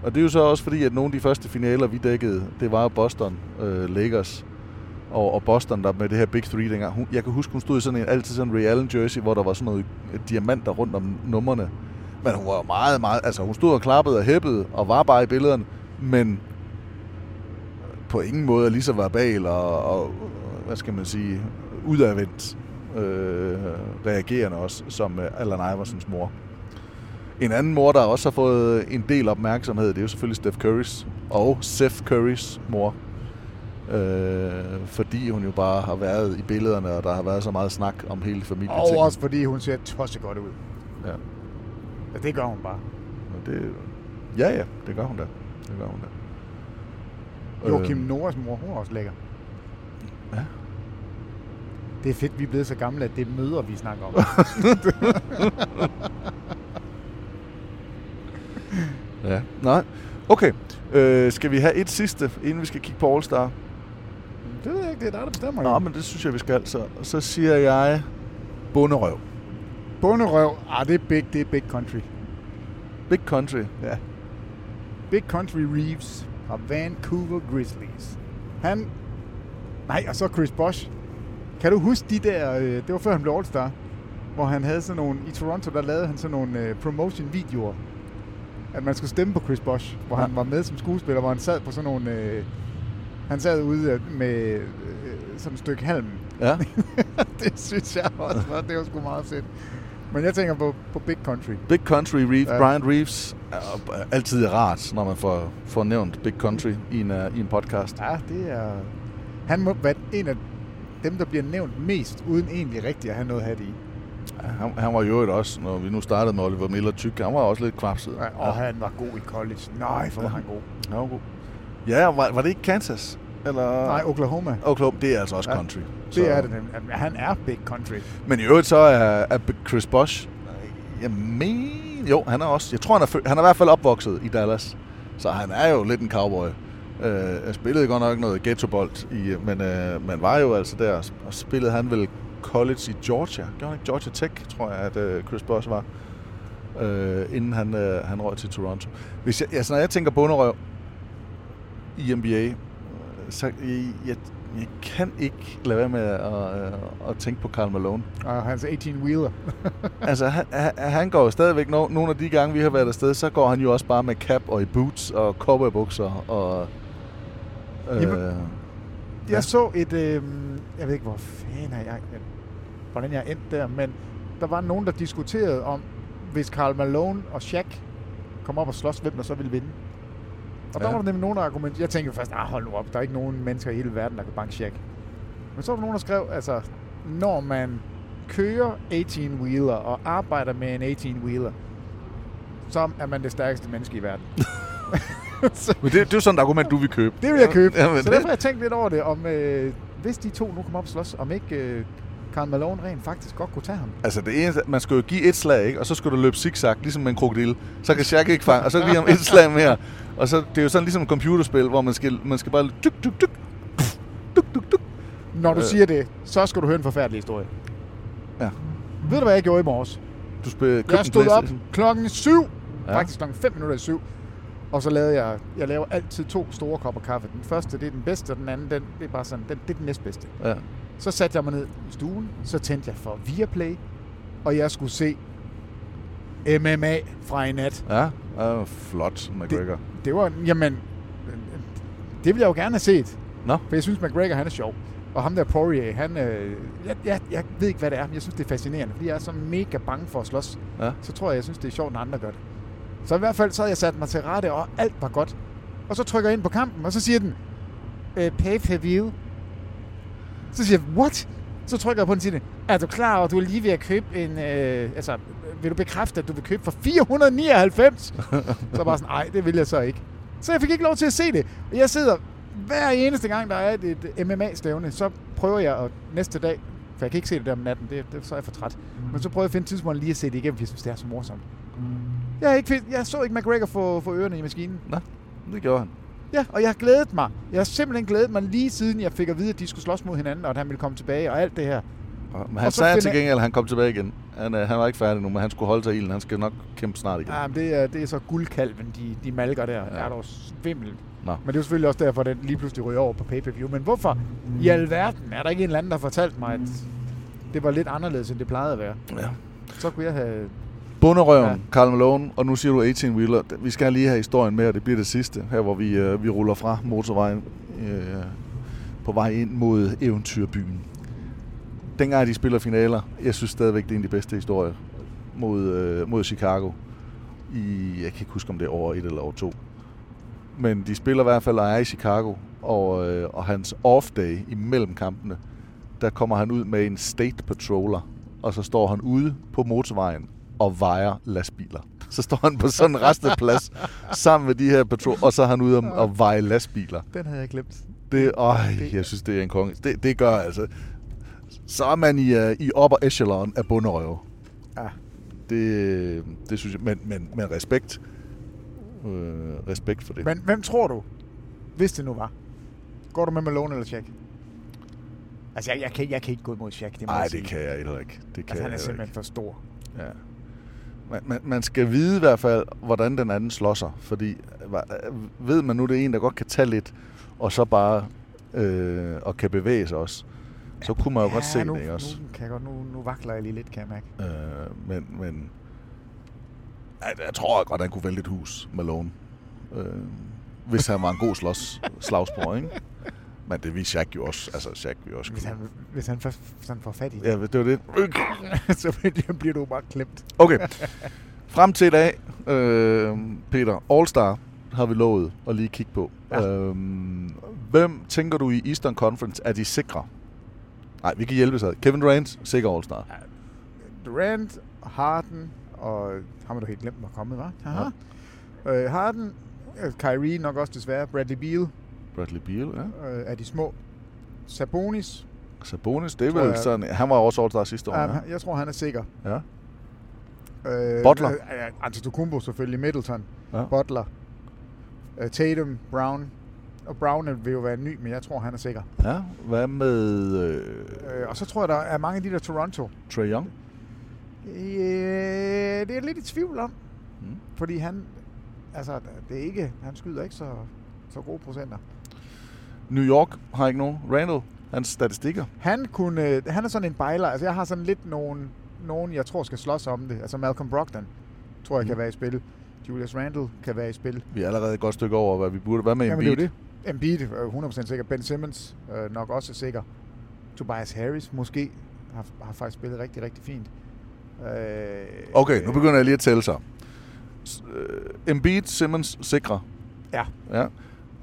[SPEAKER 5] Og det er jo så også fordi, at nogle af de første finaler, vi dækkede, det var jo Boston, øh, Lakers og, og Boston, der med det her Big Three dengang. Hun, jeg kan huske, hun stod i sådan en, altid sådan en Ray Allen jersey, hvor der var sådan noget øh, diamanter rundt om nummerne. Men hun var jo meget, meget... Altså, hun stod og klappede og hæppede og var bare i billederne, men på ingen måde er lige så verbal og, og hvad skal man sige, udadvendt øh, reagerende også, som øh, Allan Iversens mor. En anden mor, der også har fået en del opmærksomhed, det er jo selvfølgelig Steph Currys og Seth Currys mor. Øh, fordi hun jo bare har været i billederne, og der har været så meget snak om hele familien.
[SPEAKER 4] Og også fordi hun ser tosset godt ud.
[SPEAKER 5] Ja.
[SPEAKER 4] Ja, det gør hun bare.
[SPEAKER 5] Og det, ja, ja, det gør hun da. Det gør hun da.
[SPEAKER 4] Joachim øh. Noras mor, hun er også lækker.
[SPEAKER 5] Ja.
[SPEAKER 4] Det er fedt, vi er blevet så gamle, at det er møder, vi snakker om.
[SPEAKER 5] Ja. Nej. Okay. Øh, skal vi have et sidste, inden vi skal kigge på All-Star?
[SPEAKER 4] det ved jeg ikke, det er dig, der bestemmer.
[SPEAKER 5] Nå,
[SPEAKER 4] jo.
[SPEAKER 5] men det synes jeg, vi skal. Så, så siger jeg bunderøv.
[SPEAKER 4] Bunderøv, ah, det er big, det er big country.
[SPEAKER 5] Big Country. Ja.
[SPEAKER 4] Big Country Reeves fra Vancouver Grizzlies. Han... Nej, og så Chris Bosh. Kan du huske de der... Øh, det var før han blev All-Star. Hvor han havde sådan nogle... I Toronto, der lavede han sådan nogle øh, promotion-videoer. At man skulle stemme på Chris Bosh. Hvor ja. han var med som skuespiller. Hvor han sad på sådan nogle... Øh, han sad ude af- med øh, sådan et stykke halm.
[SPEAKER 5] Ja.
[SPEAKER 4] det synes jeg også var. Det var sgu meget fedt. Men jeg tænker på, på Big Country.
[SPEAKER 5] Big Country Reeves. Ja.
[SPEAKER 4] Ja.
[SPEAKER 5] Brian Reeves. Er, er altid rart, når man får, får nævnt Big Country i en, uh, i en podcast.
[SPEAKER 4] Ja, det er... Han må være en af dem, der bliver nævnt mest, uden egentlig rigtigt at have noget hat i.
[SPEAKER 5] Ja. Han, han var jo øvrigt også, når vi nu startede med Oliver Miller Tyk, han var også lidt kvapset.
[SPEAKER 4] Ja, Og han var god i college. Nej, for var han god.
[SPEAKER 5] Han var god. Ja, var, var det ikke Kansas? Eller...
[SPEAKER 4] Nej, Oklahoma.
[SPEAKER 5] Oklahoma, det er altså også ja. country.
[SPEAKER 4] Det er det nemlig. Jamen, Han er big country.
[SPEAKER 5] Men i øvrigt så er, er Chris Bosch, jeg mener, jo, han er også, jeg tror, han er, fø- han er i hvert fald opvokset i Dallas. Så han er jo lidt en cowboy. Øh, spillede godt nok noget ghettobold, i, men øh, man var jo altså der, og spillede han vel college i Georgia. Gjorde han ikke Georgia Tech, tror jeg, at øh, Chris Bosch var, øh, inden han, øh, han røg til Toronto. Hvis jeg, altså, når jeg tænker bunderøv i NBA, øh, så jeg, jeg, jeg kan ikke lade være med at, øh, at tænke på Karl Malone
[SPEAKER 4] Og hans 18-wheeler.
[SPEAKER 5] altså, han, han- han går jo stadigvæk, no- nogle af de gange, vi har været afsted, så går han jo også bare med cap og i boots og cowboybukser og... Øh,
[SPEAKER 4] Jamen. Jeg så et... Øh, jeg ved ikke, hvor fanden er jeg... jeg- Hvordan jeg endte der, men der var nogen, der diskuterede om, hvis Karl Malone og Shaq kom op og slås, hvem der så ville vinde. Og der ja. var der nemlig nogen, der argument... Jeg tænkte først, ah, hold nu op, der er ikke nogen mennesker i hele verden, der kan banke check. Men så var der nogen, der skrev, altså, når man kører 18-wheeler og arbejder med en 18-wheeler, så er man det stærkeste menneske i verden. så,
[SPEAKER 5] Men det, det er jo sådan et argument, du vil købe.
[SPEAKER 4] det vil jeg købe.
[SPEAKER 5] Ja, men
[SPEAKER 4] så derfor har jeg tænkt lidt over det, om øh, hvis de to nu kommer op og slås, om ikke øh, Karl Malone rent faktisk godt kunne tage ham.
[SPEAKER 5] Altså, det eneste, man skal jo give et slag, ikke? og så skal du løbe zigzag, ligesom med en krokodil. Så kan Shaq ikke fange, og så giver ham et slag mere. Og så, det er jo sådan ligesom et computerspil, hvor man skal, man skal bare... Tuk, tuk, tuk.
[SPEAKER 4] Når du
[SPEAKER 5] Øh.
[SPEAKER 4] siger det, så skal du høre en forfærdelig historie.
[SPEAKER 5] Ja.
[SPEAKER 4] Ved du, hvad jeg gjorde i morges?
[SPEAKER 5] Du spil, købte en
[SPEAKER 4] Jeg stod op
[SPEAKER 5] PlayStation.
[SPEAKER 4] klokken 7,
[SPEAKER 5] Ja.
[SPEAKER 4] ja. faktisk klokken 5 minutter i 7, og så lavede jeg, jeg laver altid to store kopper kaffe. Den første, det er den bedste, og den anden, den, det er bare sådan, den, det er den næstbedste.
[SPEAKER 5] Ja.
[SPEAKER 4] Så satte jeg mig ned i stuen, så tændte jeg for Viaplay, og jeg skulle se MMA fra i nat.
[SPEAKER 5] Ja, ja flot, McGregor. Det...
[SPEAKER 4] Det var, jamen, det ville jeg jo gerne have set,
[SPEAKER 5] Nå,
[SPEAKER 4] for jeg synes, McGregor han er sjov. Og ham der Poirier, han, øh, jeg, jeg, jeg ved ikke, hvad det er, men jeg synes, det er fascinerende, fordi jeg er så mega bange for at slås
[SPEAKER 5] ja.
[SPEAKER 4] så tror jeg, jeg synes, det er sjovt, når andre gør det. Så i hvert fald, så havde jeg sat mig til rette, og alt var godt. Og så trykker jeg ind på kampen, og så siger den, øh, pay per view. Så siger jeg, what? Så trykker jeg på den og siger, den, er du klar over, at du er lige ved at købe en, øh, altså, vil du bekræfte, at du vil købe for 499? så bare sådan, nej, det vil jeg så ikke. Så jeg fik ikke lov til at se det. Og jeg sidder hver eneste gang, der er et, et MMA-stævne, så prøver jeg at næste dag, for jeg kan ikke se det der om natten, det, det, så er jeg for træt. Men så prøver jeg at finde et tidspunkt lige at se det igennem, fordi jeg synes, det er så morsomt. Jeg, har ikke, find- jeg så ikke McGregor få, få ørerne i maskinen.
[SPEAKER 5] Nå, det gjorde han.
[SPEAKER 4] Ja, og jeg har glædet mig. Jeg har simpelthen glædet mig lige siden, jeg fik at vide, at de skulle slås mod hinanden, og at han ville komme tilbage og alt det her.
[SPEAKER 5] Og- Men han
[SPEAKER 4] Og så
[SPEAKER 5] sagde til
[SPEAKER 4] finder-
[SPEAKER 5] gengæld, at han kom tilbage igen. Han, øh, han var ikke færdig nu, men han skulle holde sig i ilden. Han skal nok kæmpe snart igen.
[SPEAKER 4] Ja, men det er, det er så guldkalven, de, de malker der. Ja. Der er dog svimmel.
[SPEAKER 5] Nå.
[SPEAKER 4] Men det er jo selvfølgelig også derfor, at den lige pludselig ryger over på pay-per-view. Men hvorfor i alverden er der ikke en eller anden, der har fortalt mig, at det var lidt anderledes, end det plejede at være?
[SPEAKER 5] Ja.
[SPEAKER 4] Så kunne jeg have...
[SPEAKER 5] Bunderøven, ja.
[SPEAKER 4] Ja.
[SPEAKER 5] Karl Malone, og nu siger du 18-wheeler. Vi skal lige have historien med, og det bliver det sidste, her hvor vi, øh, vi ruller fra motorvejen øh, på vej ind mod eventyrbyen. Dengang de spiller finaler, jeg synes stadigvæk, det er en af de bedste historier mod, øh, mod Chicago. I, jeg kan ikke huske, om det er over et eller over to. Men de spiller i hvert fald og er i Chicago, og, øh, og hans off-day imellem kampene, der kommer han ud med en state patroller, og så står han ude på motorvejen og vejer lastbiler. Så står han på sådan en resteplads sammen med de her patrol, og så er han ude og, og veje lastbiler.
[SPEAKER 4] Den havde jeg glemt.
[SPEAKER 5] Det, øj, jeg synes, det er en konge. Det, det gør altså. Så er man i, uh, i upper echelon af bunderøve.
[SPEAKER 4] Ja.
[SPEAKER 5] Det, øh, det synes jeg, men, men, men respekt. Øh, respekt for det.
[SPEAKER 4] Men hvem tror du, hvis det nu var? Går du med Malone eller Shaq? Altså, jeg, jeg, kan, jeg kan ikke gå imod Shaq, det må
[SPEAKER 5] Nej,
[SPEAKER 4] jeg
[SPEAKER 5] det
[SPEAKER 4] sige.
[SPEAKER 5] kan jeg heller ikke. Det kan
[SPEAKER 4] Altså,
[SPEAKER 5] jeg
[SPEAKER 4] han er
[SPEAKER 5] heller
[SPEAKER 4] simpelthen
[SPEAKER 5] ikke.
[SPEAKER 4] for stor.
[SPEAKER 5] Ja. Man, man, man skal vide i hvert fald, hvordan den anden slår sig. Fordi øh, hva- øh, ved man nu, det er en, der godt kan tage lidt, og så bare øh, og kan bevæge sig også, så kunne man jo ja, godt se
[SPEAKER 4] nu,
[SPEAKER 5] det, ikke også?
[SPEAKER 4] Nu, kan jeg godt, nu, nu vakler jeg lige lidt, kan jeg mærke.
[SPEAKER 5] Øh, men men jeg, jeg tror godt, han kunne vælte et hus, Malone. Øh, hvis han var en god slås, slagsbror, ikke? Men det vil Shaq jo også. Altså, Shaq vil jo også
[SPEAKER 4] Hvis
[SPEAKER 5] kunne.
[SPEAKER 4] han, hvis han først sådan får fat i det,
[SPEAKER 5] Ja, det var det. Øh,
[SPEAKER 4] så bliver- bliver du bare klemt.
[SPEAKER 5] Okay. Frem til i dag, øh, Peter, All-Star har vi lovet at lige kigge på. Ja.
[SPEAKER 4] Ja.
[SPEAKER 5] Øhm, hvem tænker du i Eastern Conference er de sikre? Nej, vi kan hjælpe sig. Kevin Durant, sikker All-Star.
[SPEAKER 4] Durant, Harden og... Ham har du helt glemt, var kommet, var? Ja. Øh, Harden, øh, Kyrie nok også desværre, Bradley Beal
[SPEAKER 5] Bradley Beal, ja.
[SPEAKER 4] øh, er de små. Sabonis,
[SPEAKER 5] Sabonis, det er
[SPEAKER 4] Tror
[SPEAKER 5] vel
[SPEAKER 4] jeg.
[SPEAKER 5] sådan... Han var også All-Star sidste år,
[SPEAKER 4] ja.
[SPEAKER 5] ja.
[SPEAKER 4] jeg tror, han er sikker.
[SPEAKER 5] ja.
[SPEAKER 4] Øh,
[SPEAKER 5] Butler.
[SPEAKER 4] Øh, øh, Antetokounmpo selvfølgelig, Middleton,
[SPEAKER 5] Ja.
[SPEAKER 4] ja. Butler, øh, Tatum, Brown. Og Brown vil jo være ny, men jeg tror, han er sikker.
[SPEAKER 5] ja. Hvad med øh,
[SPEAKER 4] Øh, og så tror jeg, der er mange af de der Toronto.
[SPEAKER 5] Trae Young?
[SPEAKER 4] Øh, det er jeg lidt i tvivl om.
[SPEAKER 5] Mm.
[SPEAKER 4] Mm. Fordi han, altså, det er ikke, han skyder ikke så, så gode procenter.
[SPEAKER 5] New York har ikke nogen. Randall, hans statistikker.
[SPEAKER 4] Han, kunne, øh, han er sådan en bejler. Altså, jeg har sådan lidt nogen, nogen, jeg tror skal slås om det. Altså, Malcolm Brogdon tror jeg mm. kan være i spil. Julius Randle kan være i spil.
[SPEAKER 5] Vi er allerede et godt stykke over, hvad vi burde. Hvad med
[SPEAKER 4] Jamen,
[SPEAKER 5] Embiid?
[SPEAKER 4] det er jo det. Embiid er 100% sikker. Ben Simmons øh, nok også sikker. Tobias Harris måske har, har faktisk spillet rigtig, rigtig fint. Øh,
[SPEAKER 5] Okay, nu begynder jeg lige at tælle så. S- øh, Embiid, Simmons, Sikre,
[SPEAKER 4] Ja.
[SPEAKER 5] ja.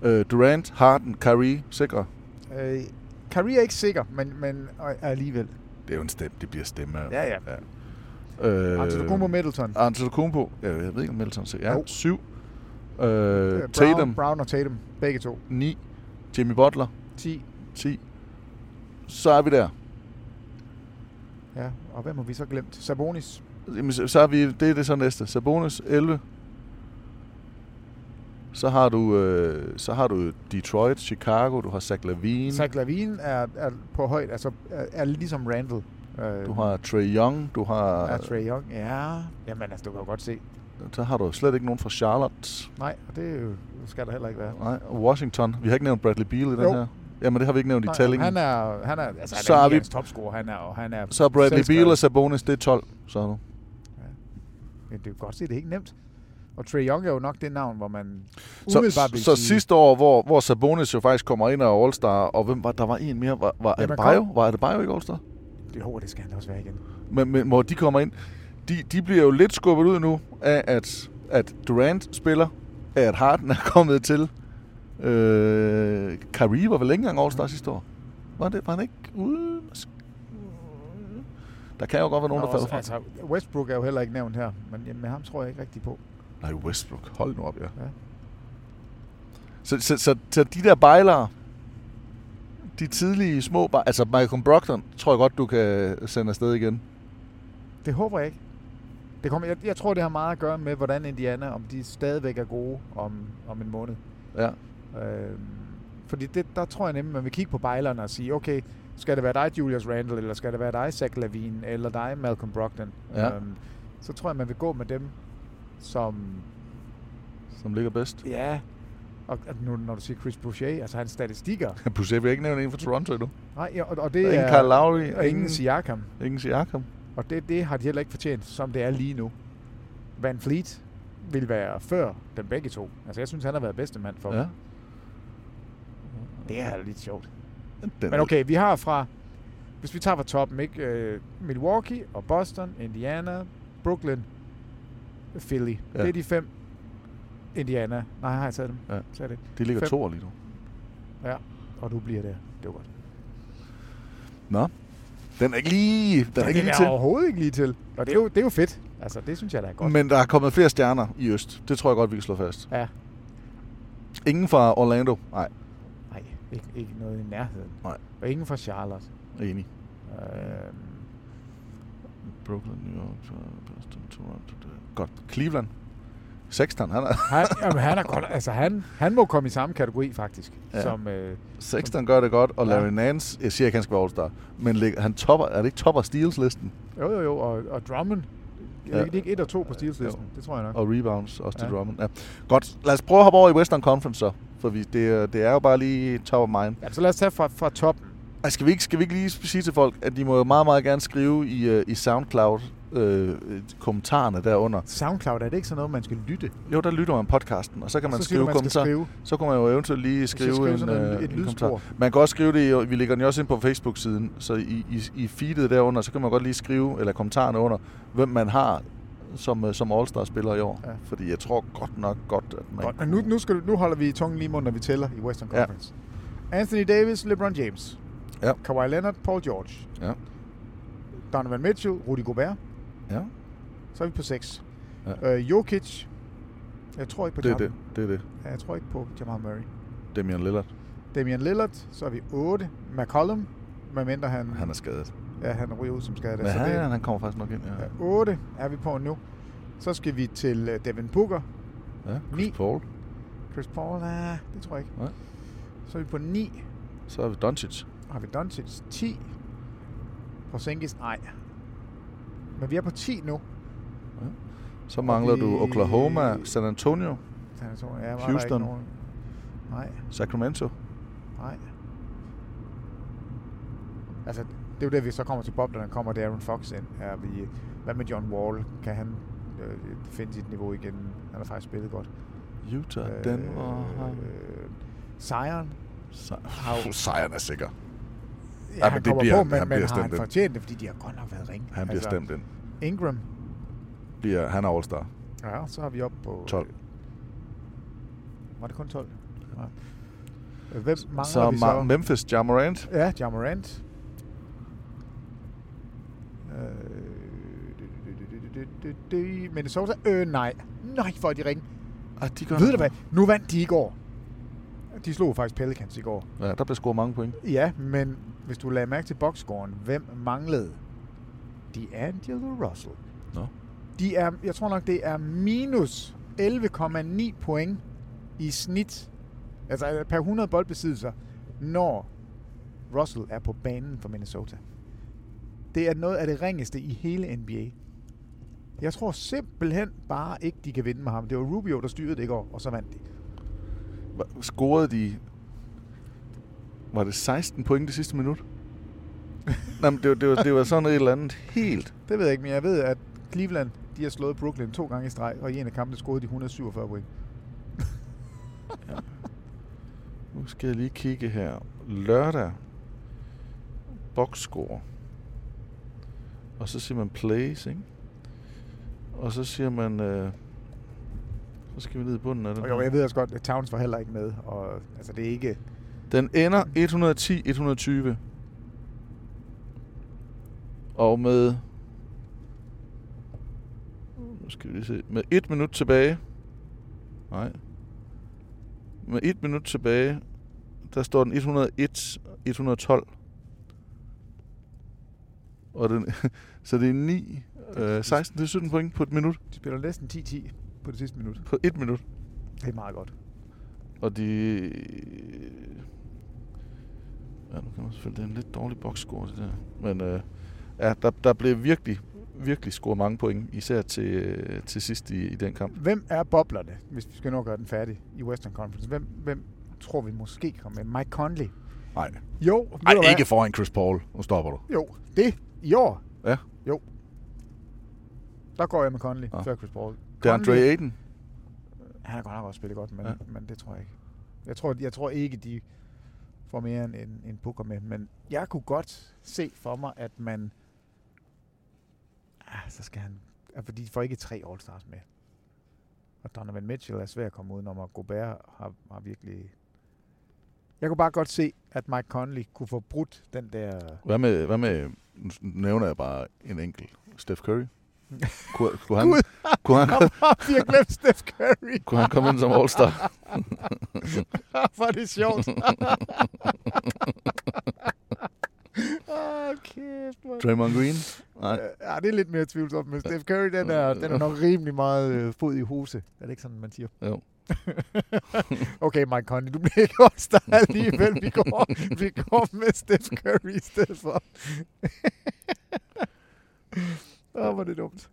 [SPEAKER 5] Øh, Durant, Harden, Kyrie, sikre.
[SPEAKER 4] Øh, Kyrie er ikke sikker, men, men og- alligevel.
[SPEAKER 5] Det er jo en stemme, det bliver stemme.
[SPEAKER 4] Ja, ja.
[SPEAKER 5] ja. Øh,
[SPEAKER 4] Antetokounmpo, Middleton.
[SPEAKER 5] Antetokounmpo, ja, jeg ved ikke om Middleton siger. Ja,
[SPEAKER 4] Jo.
[SPEAKER 5] syv. Øh,
[SPEAKER 4] Brown,
[SPEAKER 5] Tatum,
[SPEAKER 4] Brown og Tatum, begge to.
[SPEAKER 5] 9. Jimmy Butler,
[SPEAKER 4] 10.
[SPEAKER 5] 10. Så er vi der.
[SPEAKER 4] Ja, og hvem har vi så glemt? Sabonis.
[SPEAKER 5] Jamen, så så er vi, det er det så næste. Sabonis, 11. Så har du, øh, så har du Detroit, Chicago, du har Zach Lavine,
[SPEAKER 4] Zach Lavine er, er på højt, altså er, er ligesom Randall. Øh,
[SPEAKER 5] du har Trey Young, du har,
[SPEAKER 4] er Trae Young. Ja, jamen altså, du kan jo godt se.
[SPEAKER 5] så har du slet ikke nogen fra Charlotte.
[SPEAKER 4] Nej, og det er jo- skal der heller ikke være.
[SPEAKER 5] Nej, og Washington. Vi har ikke nævnt Bradley Beal i den
[SPEAKER 4] Jo.
[SPEAKER 5] her. Jamen, det har vi ikke nævnt
[SPEAKER 4] Nej,
[SPEAKER 5] i tællingen.
[SPEAKER 4] han er, han er, altså, han
[SPEAKER 5] Så
[SPEAKER 4] er,
[SPEAKER 5] er vi-
[SPEAKER 4] ligaens topscorer, han er, og han er
[SPEAKER 5] Så er Bradley
[SPEAKER 4] selvskrevet.
[SPEAKER 5] Beal og Sabonis, det er 12. Så er du.
[SPEAKER 4] Men det er jo godt se, det er ikke nemt. Og Trae Young er jo nok det navn, hvor man
[SPEAKER 5] Så,
[SPEAKER 4] umiddelbart vil
[SPEAKER 5] så
[SPEAKER 4] sige,
[SPEAKER 5] sidste år, hvor, hvor Sabonis jo faktisk kommer ind og er All-Star, og hvem var, der var en mere, var, var
[SPEAKER 4] Jamen,
[SPEAKER 5] Adebayo?
[SPEAKER 4] kom.
[SPEAKER 5] Var Adebayo ikke All-Star?
[SPEAKER 4] Jo, det skal han da også være igen.
[SPEAKER 5] men, men hvor de kommer ind, de, de bliver jo lidt skubbet ud nu af, at, at Durant spiller, af at Harden er kommet til. Øh, Kyrie var vel ikke engang
[SPEAKER 4] Mm.
[SPEAKER 5] All-Star sidste år? Var, det, var han ikke ude? Der kan jo godt være nogen, der
[SPEAKER 4] Og
[SPEAKER 5] falder
[SPEAKER 4] også,
[SPEAKER 5] fra.
[SPEAKER 4] altså, Westbrook er jo heller ikke nævnt her, men jamen, ham tror jeg ikke rigtig på.
[SPEAKER 5] Nej, Westbrook. Hold nu op, ja.
[SPEAKER 4] Ja.
[SPEAKER 5] Så, så, så, så de der bejlere, de tidlige små bejlere, altså Michael Brogdon, tror jeg godt, du kan sende afsted igen.
[SPEAKER 4] Det håber jeg ikke. Det kommer, jeg, jeg tror, det har meget at gøre med, hvordan Indiana, om de stadigvæk er gode om, om en måned.
[SPEAKER 5] Ja.
[SPEAKER 4] Øh, fordi det, der tror jeg nemlig, man vil kigge på bejlerne og sige, okay, skal det være dig, Julius Randle, eller skal det være dig, Zach Lavine, eller dig, Malcolm Brogdon?
[SPEAKER 5] Ja.
[SPEAKER 4] Øhm, så tror jeg, man vil gå med dem, som...
[SPEAKER 5] Som ligger bedst.
[SPEAKER 4] Ja. Og og nu, når du siger Chris Boucher, altså hans statistikker.
[SPEAKER 5] Boucher, vi har ikke nævnt en fra Toronto endnu.
[SPEAKER 4] Nej, ja, og, og
[SPEAKER 5] Der
[SPEAKER 4] det
[SPEAKER 5] er ingen
[SPEAKER 4] er...
[SPEAKER 5] Kyle Lowry,
[SPEAKER 4] Og ingen
[SPEAKER 5] ingen-
[SPEAKER 4] Siakam.
[SPEAKER 5] Ingen Siakam.
[SPEAKER 4] Og det, det har de heller ikke fortjent, som det er lige nu. Van Fleet vil være før dem begge to. Altså, jeg synes, han har været bedste mand for
[SPEAKER 5] Ja.
[SPEAKER 4] dem. Det er lidt sjovt.
[SPEAKER 5] Den
[SPEAKER 4] Men okay, vi har fra... Hvis vi tager fra toppen, ikke? Øh, Milwaukee og Boston, Indiana, Brooklyn, Philly. Ja.
[SPEAKER 5] Ja.
[SPEAKER 4] Det er de fem. Indiana. Nej, har jeg taget dem?
[SPEAKER 5] Ja.
[SPEAKER 4] Så er det.
[SPEAKER 5] De ligger
[SPEAKER 4] Fem.
[SPEAKER 5] to lige nu.
[SPEAKER 4] Ja, og du bliver der. Det var godt.
[SPEAKER 5] Nå. Den er ikke lige, den er ikke
[SPEAKER 4] det
[SPEAKER 5] lige
[SPEAKER 4] er
[SPEAKER 5] til.
[SPEAKER 4] overhovedet ikke lige til. Og det er, jo, det er jo fedt. Altså, det synes jeg, der er godt.
[SPEAKER 5] Men der er kommet flere stjerner i øst. Det tror jeg godt, vi kan slå fast.
[SPEAKER 4] Ja.
[SPEAKER 5] Ingen fra Orlando. Nej,
[SPEAKER 4] Nej, ikke, ikke noget i nærheden.
[SPEAKER 5] nej.
[SPEAKER 4] Og ingen fra Charlotte.
[SPEAKER 5] Enig.
[SPEAKER 4] Øh,
[SPEAKER 5] Brooklyn, New York, Boston, Toronto. det- Godt. Cleveland. Sexton, han er...
[SPEAKER 4] han, jamen, han er godt, altså han, han må komme i samme kategori faktisk,
[SPEAKER 5] Ja.
[SPEAKER 4] ja. som øh,
[SPEAKER 5] Sexton gør det godt, og Larry
[SPEAKER 4] Ja.
[SPEAKER 5] Nance, jeg siger ikke, han skal være All-Star, men ligger- han topper, er det ikke topper Steals-listen?
[SPEAKER 4] jo jo jo og, og Drummond. Ja.
[SPEAKER 5] Ja.
[SPEAKER 4] Det er ikke et og to på stilslisten, det tror jeg nok.
[SPEAKER 5] Og rebounds også til
[SPEAKER 4] Ja.
[SPEAKER 5] Drummond. Ja. Godt, lad os prøve at hoppe over i Western Conference så, for vi, det, er- det er jo bare lige top of mind.
[SPEAKER 4] Ja, så lad os tage fra, fra toppen.
[SPEAKER 5] Altså, skal, vi ikke, skal vi ikke lige sige til folk, at de må jo meget, meget gerne skrive i, øh, i SoundCloud øh, kommentarerne derunder.
[SPEAKER 4] SoundCloud, er det ikke sådan noget, man skal lytte?
[SPEAKER 5] Jo, der lytter man podcasten, og så kan
[SPEAKER 4] Og
[SPEAKER 5] man
[SPEAKER 4] så siger
[SPEAKER 5] skrive
[SPEAKER 4] du, man skal
[SPEAKER 5] kommentarer.
[SPEAKER 4] skrive.
[SPEAKER 5] Så kan man jo eventuelt lige
[SPEAKER 4] skal
[SPEAKER 5] skrive,
[SPEAKER 4] skrive
[SPEAKER 5] en,
[SPEAKER 4] sådan en-
[SPEAKER 5] øh,
[SPEAKER 4] et
[SPEAKER 5] en
[SPEAKER 4] lydspor.
[SPEAKER 5] kommentar. Man kan også skrive det, i- vi lægger den jo også ind på Facebook-siden, så i, i, i feedet derunder, så kan man godt lige skrive, eller kommentarerne under, hvem man har som, øh, som All-Star-spiller i år. Ja.
[SPEAKER 4] Ja.
[SPEAKER 5] Fordi jeg tror godt nok godt, at man...
[SPEAKER 4] Godt, men nu, nu, skal du, nu holder vi tungen lige i munden, når vi tæller i Western
[SPEAKER 5] Ja.
[SPEAKER 4] Conference. Ja. Anthony Davis, LeBron James,
[SPEAKER 5] Ja,
[SPEAKER 4] Kawhi Leonard, Paul George,
[SPEAKER 5] ja,
[SPEAKER 4] Donovan Mitchell, Rudy Gobert,
[SPEAKER 5] ja.
[SPEAKER 4] så er vi på 6.
[SPEAKER 5] Ja.
[SPEAKER 4] Ja. Øh, Jokic, jeg tror ikke på
[SPEAKER 5] Det er
[SPEAKER 4] Jamal-
[SPEAKER 5] det, det er det.
[SPEAKER 4] Ja, Jeg tror ikke på Jamal Murray.
[SPEAKER 5] Damian Lillard,
[SPEAKER 4] Mm. Damian Lillard, så er vi 8. McCollum, medmindre han,
[SPEAKER 5] han er skadet.
[SPEAKER 4] ja, han ryger ud som skadet.
[SPEAKER 5] Men
[SPEAKER 4] så det
[SPEAKER 5] han,
[SPEAKER 4] er
[SPEAKER 5] han kommer faktisk nok ind, ja.
[SPEAKER 4] 8 er vi på nu. Så skal vi til øh, Devin Booker.
[SPEAKER 5] ja.
[SPEAKER 4] Ni.
[SPEAKER 5] Chris Paul.
[SPEAKER 4] Chris Paul, ah, det tror jeg ikke.
[SPEAKER 5] Nej.
[SPEAKER 4] Så er vi på 9.
[SPEAKER 5] Så er vi Doncic.
[SPEAKER 4] Har vi Doncic 10. Porzingis, nej. Men vi er på 10 nu.
[SPEAKER 5] Så mangler
[SPEAKER 4] vi-
[SPEAKER 5] du Oklahoma, San Antonio,
[SPEAKER 4] Så jeg tror, ja, var der
[SPEAKER 5] Houston.
[SPEAKER 4] ikke nogen- Nej,
[SPEAKER 5] Sacramento.
[SPEAKER 4] nej. Altså, det er jo det, vi så kommer til Bob, når han kommer, det er Aaron Fox ind. Er vi, hvad med John Wall? Kan han øh, finde sit niveau igen? Han har faktisk spillet godt.
[SPEAKER 5] Utah, Denver. har-
[SPEAKER 4] Øh, Sejren.
[SPEAKER 5] Sej- Sejren er sikker.
[SPEAKER 4] Ja,
[SPEAKER 5] men
[SPEAKER 4] han
[SPEAKER 5] det
[SPEAKER 4] kommer
[SPEAKER 5] bliver-
[SPEAKER 4] på, men,
[SPEAKER 5] han
[SPEAKER 4] han
[SPEAKER 5] bliver
[SPEAKER 4] men har han
[SPEAKER 5] stemt ind.
[SPEAKER 4] fortjent det, fordi de har godt nok været ringe. Altså,
[SPEAKER 5] Han bliver stemt ind.
[SPEAKER 4] Ingram.
[SPEAKER 5] Bliver, han er all-star.
[SPEAKER 4] Ja, så har vi op på...
[SPEAKER 5] 12.
[SPEAKER 4] Var det kun 12? Nej. Øh, Hvem mangler
[SPEAKER 5] så,
[SPEAKER 4] vi så?
[SPEAKER 5] Ma- Memphis, Jamorant.
[SPEAKER 4] Ja, Jamorant. Minnesota? Øh, nej. Nej, for de ringe.
[SPEAKER 5] Ah, de gør
[SPEAKER 4] Ved
[SPEAKER 5] det.
[SPEAKER 4] du hvad? Nu vandt de i går. De slog faktisk Pelicans i går.
[SPEAKER 5] Ja, der blev scoret mange point.
[SPEAKER 4] Ja, men hvis du lagde mærke til boxscoren, hvem manglede? D'Angelo Russell.
[SPEAKER 5] Nå.
[SPEAKER 4] De er, jeg tror nok, det er minus 11,9 point i snit, altså per 100 boldbesiddelser, når Russell er på banen for Minnesota. Det er noget af det ringeste i hele NBA. Jeg tror simpelthen bare ikke, de kan vinde med ham. Det var Rubio, der styrede det i går, og så vandt de.
[SPEAKER 5] Hva- Scorede de... Var det 16 point det sidste minut? Nej, men det, var- det, var, det var sådan et eller andet helt...
[SPEAKER 4] Det ved jeg ikke, men jeg ved, at Cleveland de har slået Brooklyn to gange i streg, og i en af kampene scorede de 147 point.
[SPEAKER 5] Nu skal jeg lige kigge her. Lørdag. Boxscore. Og så siger man plays, ikke? Og så siger man... Øh, så skal vi ned i bunden af det.
[SPEAKER 4] Og jo, jeg ved også godt, at Towns var heller ikke med, og altså, det er ikke...
[SPEAKER 5] Den ender 110-120. Og med... Nu skal vi lige se. Med et minut tilbage... Nej. Med et minut tilbage, der står den 101-112. Og den, så det er 9, øh, 16, det er 17 point på et minut.
[SPEAKER 4] De spiller næsten 10-10 på det sidste minut.
[SPEAKER 5] På et minut.
[SPEAKER 4] Det er meget godt.
[SPEAKER 5] Og de... Ja, nu kan man selvfølgelig... Det er en lidt dårlig boxscore, det der. Men øh, ja, der, der blev virkelig, virkelig scoret mange point, især til, øh, til sidst i, i den kamp.
[SPEAKER 4] Hvem er boblerne, hvis vi skal nå at gøre den færdig i Western Conference? Hvem, hvem tror vi måske kommer med? Mike Conley?
[SPEAKER 5] Nej.
[SPEAKER 4] Jo, ved
[SPEAKER 5] Nej,
[SPEAKER 4] du hvad?
[SPEAKER 5] ikke foran Chris Paul. Nu stopper du.
[SPEAKER 4] Jo, det i år.
[SPEAKER 5] Ja.
[SPEAKER 4] Jo. Der går jeg med Conley,
[SPEAKER 5] Ja.
[SPEAKER 4] ja. før Chris Paul.
[SPEAKER 5] Det er Andre
[SPEAKER 4] Conley-
[SPEAKER 5] Aiden.
[SPEAKER 4] Han har godt nok også spillet godt, men,
[SPEAKER 5] Ja.
[SPEAKER 4] ja. men det tror jeg ikke. Jeg tror, jeg tror ikke, de får mere end en, en booker med, men jeg kunne godt se for mig, at man... Ah, så skal han... ah, Fordi de får ikke tre All-Stars med. Og Donovan Mitchell er svær at komme udenom, og Gobert har, har virkelig... Jeg kunne bare godt se, at Mike Conley kunne få brudt den der...
[SPEAKER 5] Hvad med, hvad med... Nu nævner jeg bare en enkelt. Steph Curry. Kunne, kunne, han,
[SPEAKER 4] Gud,
[SPEAKER 5] kunne, han,
[SPEAKER 4] vi har glemt Steph Curry.
[SPEAKER 5] kunne han komme ind som All-Star?
[SPEAKER 4] Hvor er det sjovt. Åh, kæft, hvor
[SPEAKER 5] Draymond Green? Nej.
[SPEAKER 4] Øh, Ja, det er lidt mere tvivlsomt, men Steph Curry, den er, den er nok rimelig meget øh, fod i hose. Er det ikke sådan, man siger?
[SPEAKER 5] Jo.
[SPEAKER 4] okay, Mike Conley, du bliver ikke all alligevel. Vi går, vi går med Steph Curry i stedet for. Åh, hvor er det dumt.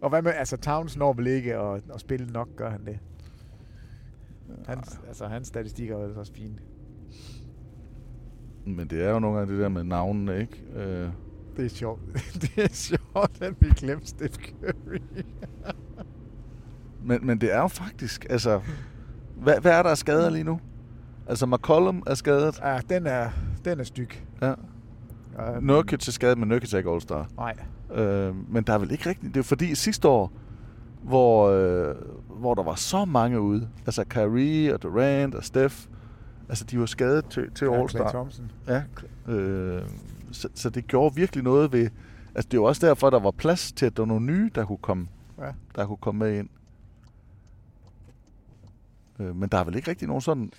[SPEAKER 4] og hvad med, altså Towns når vel ikke at, at spille nok, gør han det? Hans, altså, hans statistikker er jo også fine.
[SPEAKER 5] Men det er jo nogle gange det der med navnene, ikke? Øh,
[SPEAKER 4] Det er sjovt. det er sjovt, at vi glemte Steph Curry.
[SPEAKER 5] Men, men det er jo faktisk, altså... Hvad, hvad er der af skader lige nu? Altså, McCollum er skadet.
[SPEAKER 4] Ja, den er, den er styg.
[SPEAKER 5] Ja.
[SPEAKER 4] Ja,
[SPEAKER 5] Nurkic er skadet, men Nurkic er ikke All-Star.
[SPEAKER 4] Nej.
[SPEAKER 5] Øh, men der er vel ikke rigtigt... Det er fordi sidste år, hvor, øh, hvor der var så mange ude, altså Kyrie og Durant og Steph, altså de var skadet til, til
[SPEAKER 4] Ja, Klay
[SPEAKER 5] All-Star.
[SPEAKER 4] Thompson.
[SPEAKER 5] Ja, øh, så, så det gjorde virkelig noget ved... Altså, det er jo også derfor, der var plads til, at der var nogle nye, der kunne komme,
[SPEAKER 4] Ja.
[SPEAKER 5] der kunne komme med ind. Øh, men der er vel ikke rigtig nogen sådan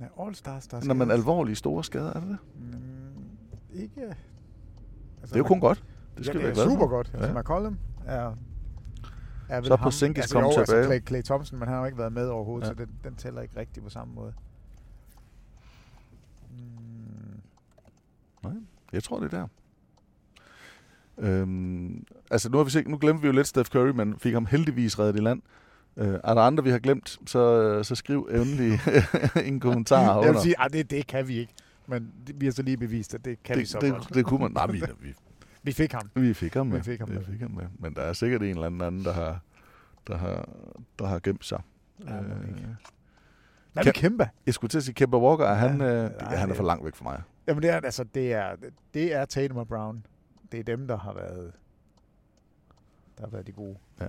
[SPEAKER 4] ja All Stars, der er
[SPEAKER 5] Når man
[SPEAKER 4] skadet.
[SPEAKER 5] alvorlige store skader, er det det?
[SPEAKER 4] Mm, ikke... Altså,
[SPEAKER 5] Det er jo kun godt. Det skal
[SPEAKER 4] ja,
[SPEAKER 5] vi
[SPEAKER 4] det
[SPEAKER 5] være
[SPEAKER 4] er
[SPEAKER 5] glade
[SPEAKER 4] super
[SPEAKER 5] for.
[SPEAKER 4] godt. Ja. Altså, McCollum er... er vel
[SPEAKER 5] Så er
[SPEAKER 4] ham-
[SPEAKER 5] Porzingis
[SPEAKER 4] altså,
[SPEAKER 5] kommet
[SPEAKER 4] jo,
[SPEAKER 5] tilbage.
[SPEAKER 4] Altså, Clay, Clay Thompson, men han har jo ikke været med overhovedet,
[SPEAKER 5] Ja.
[SPEAKER 4] ja. så den, den tæller ikke rigtigt på samme måde. Mm,
[SPEAKER 5] Nej, jeg tror, det er der. Øhm, altså, nu, har vi set, nu glemte vi jo lidt Steph Curry, men fik ham heldigvis reddet i land. Øh, er der andre, vi har glemt, så, så skriv endelig en kommentar
[SPEAKER 4] jeg vil
[SPEAKER 5] herunder.
[SPEAKER 4] sige, at det, det kan vi ikke. Men det, vi har så lige bevist, at det kan vi så
[SPEAKER 5] det,
[SPEAKER 4] godt.
[SPEAKER 5] det, det kunne man. Nej, vi, vi,
[SPEAKER 4] Vi fik ham.
[SPEAKER 5] vi fik ham med.
[SPEAKER 4] Vi fik ham med.
[SPEAKER 5] Vi fik ham med. Men der er sikkert en eller anden, anden der, har, der, har, der har gemt sig.
[SPEAKER 4] Ja,
[SPEAKER 5] Øh,
[SPEAKER 4] mon ikke. Hvad
[SPEAKER 5] Kan-
[SPEAKER 4] med Kæmpe?
[SPEAKER 5] jeg skulle til at sige, Kemba Walker, er han, øh,
[SPEAKER 4] nej,
[SPEAKER 5] han er
[SPEAKER 4] det-
[SPEAKER 5] for langt væk fra mig.
[SPEAKER 4] Jamen det er, altså, det er, det er Tatum og Brown. Det er dem, der har været...
[SPEAKER 6] Der har været de gode.
[SPEAKER 5] Ja.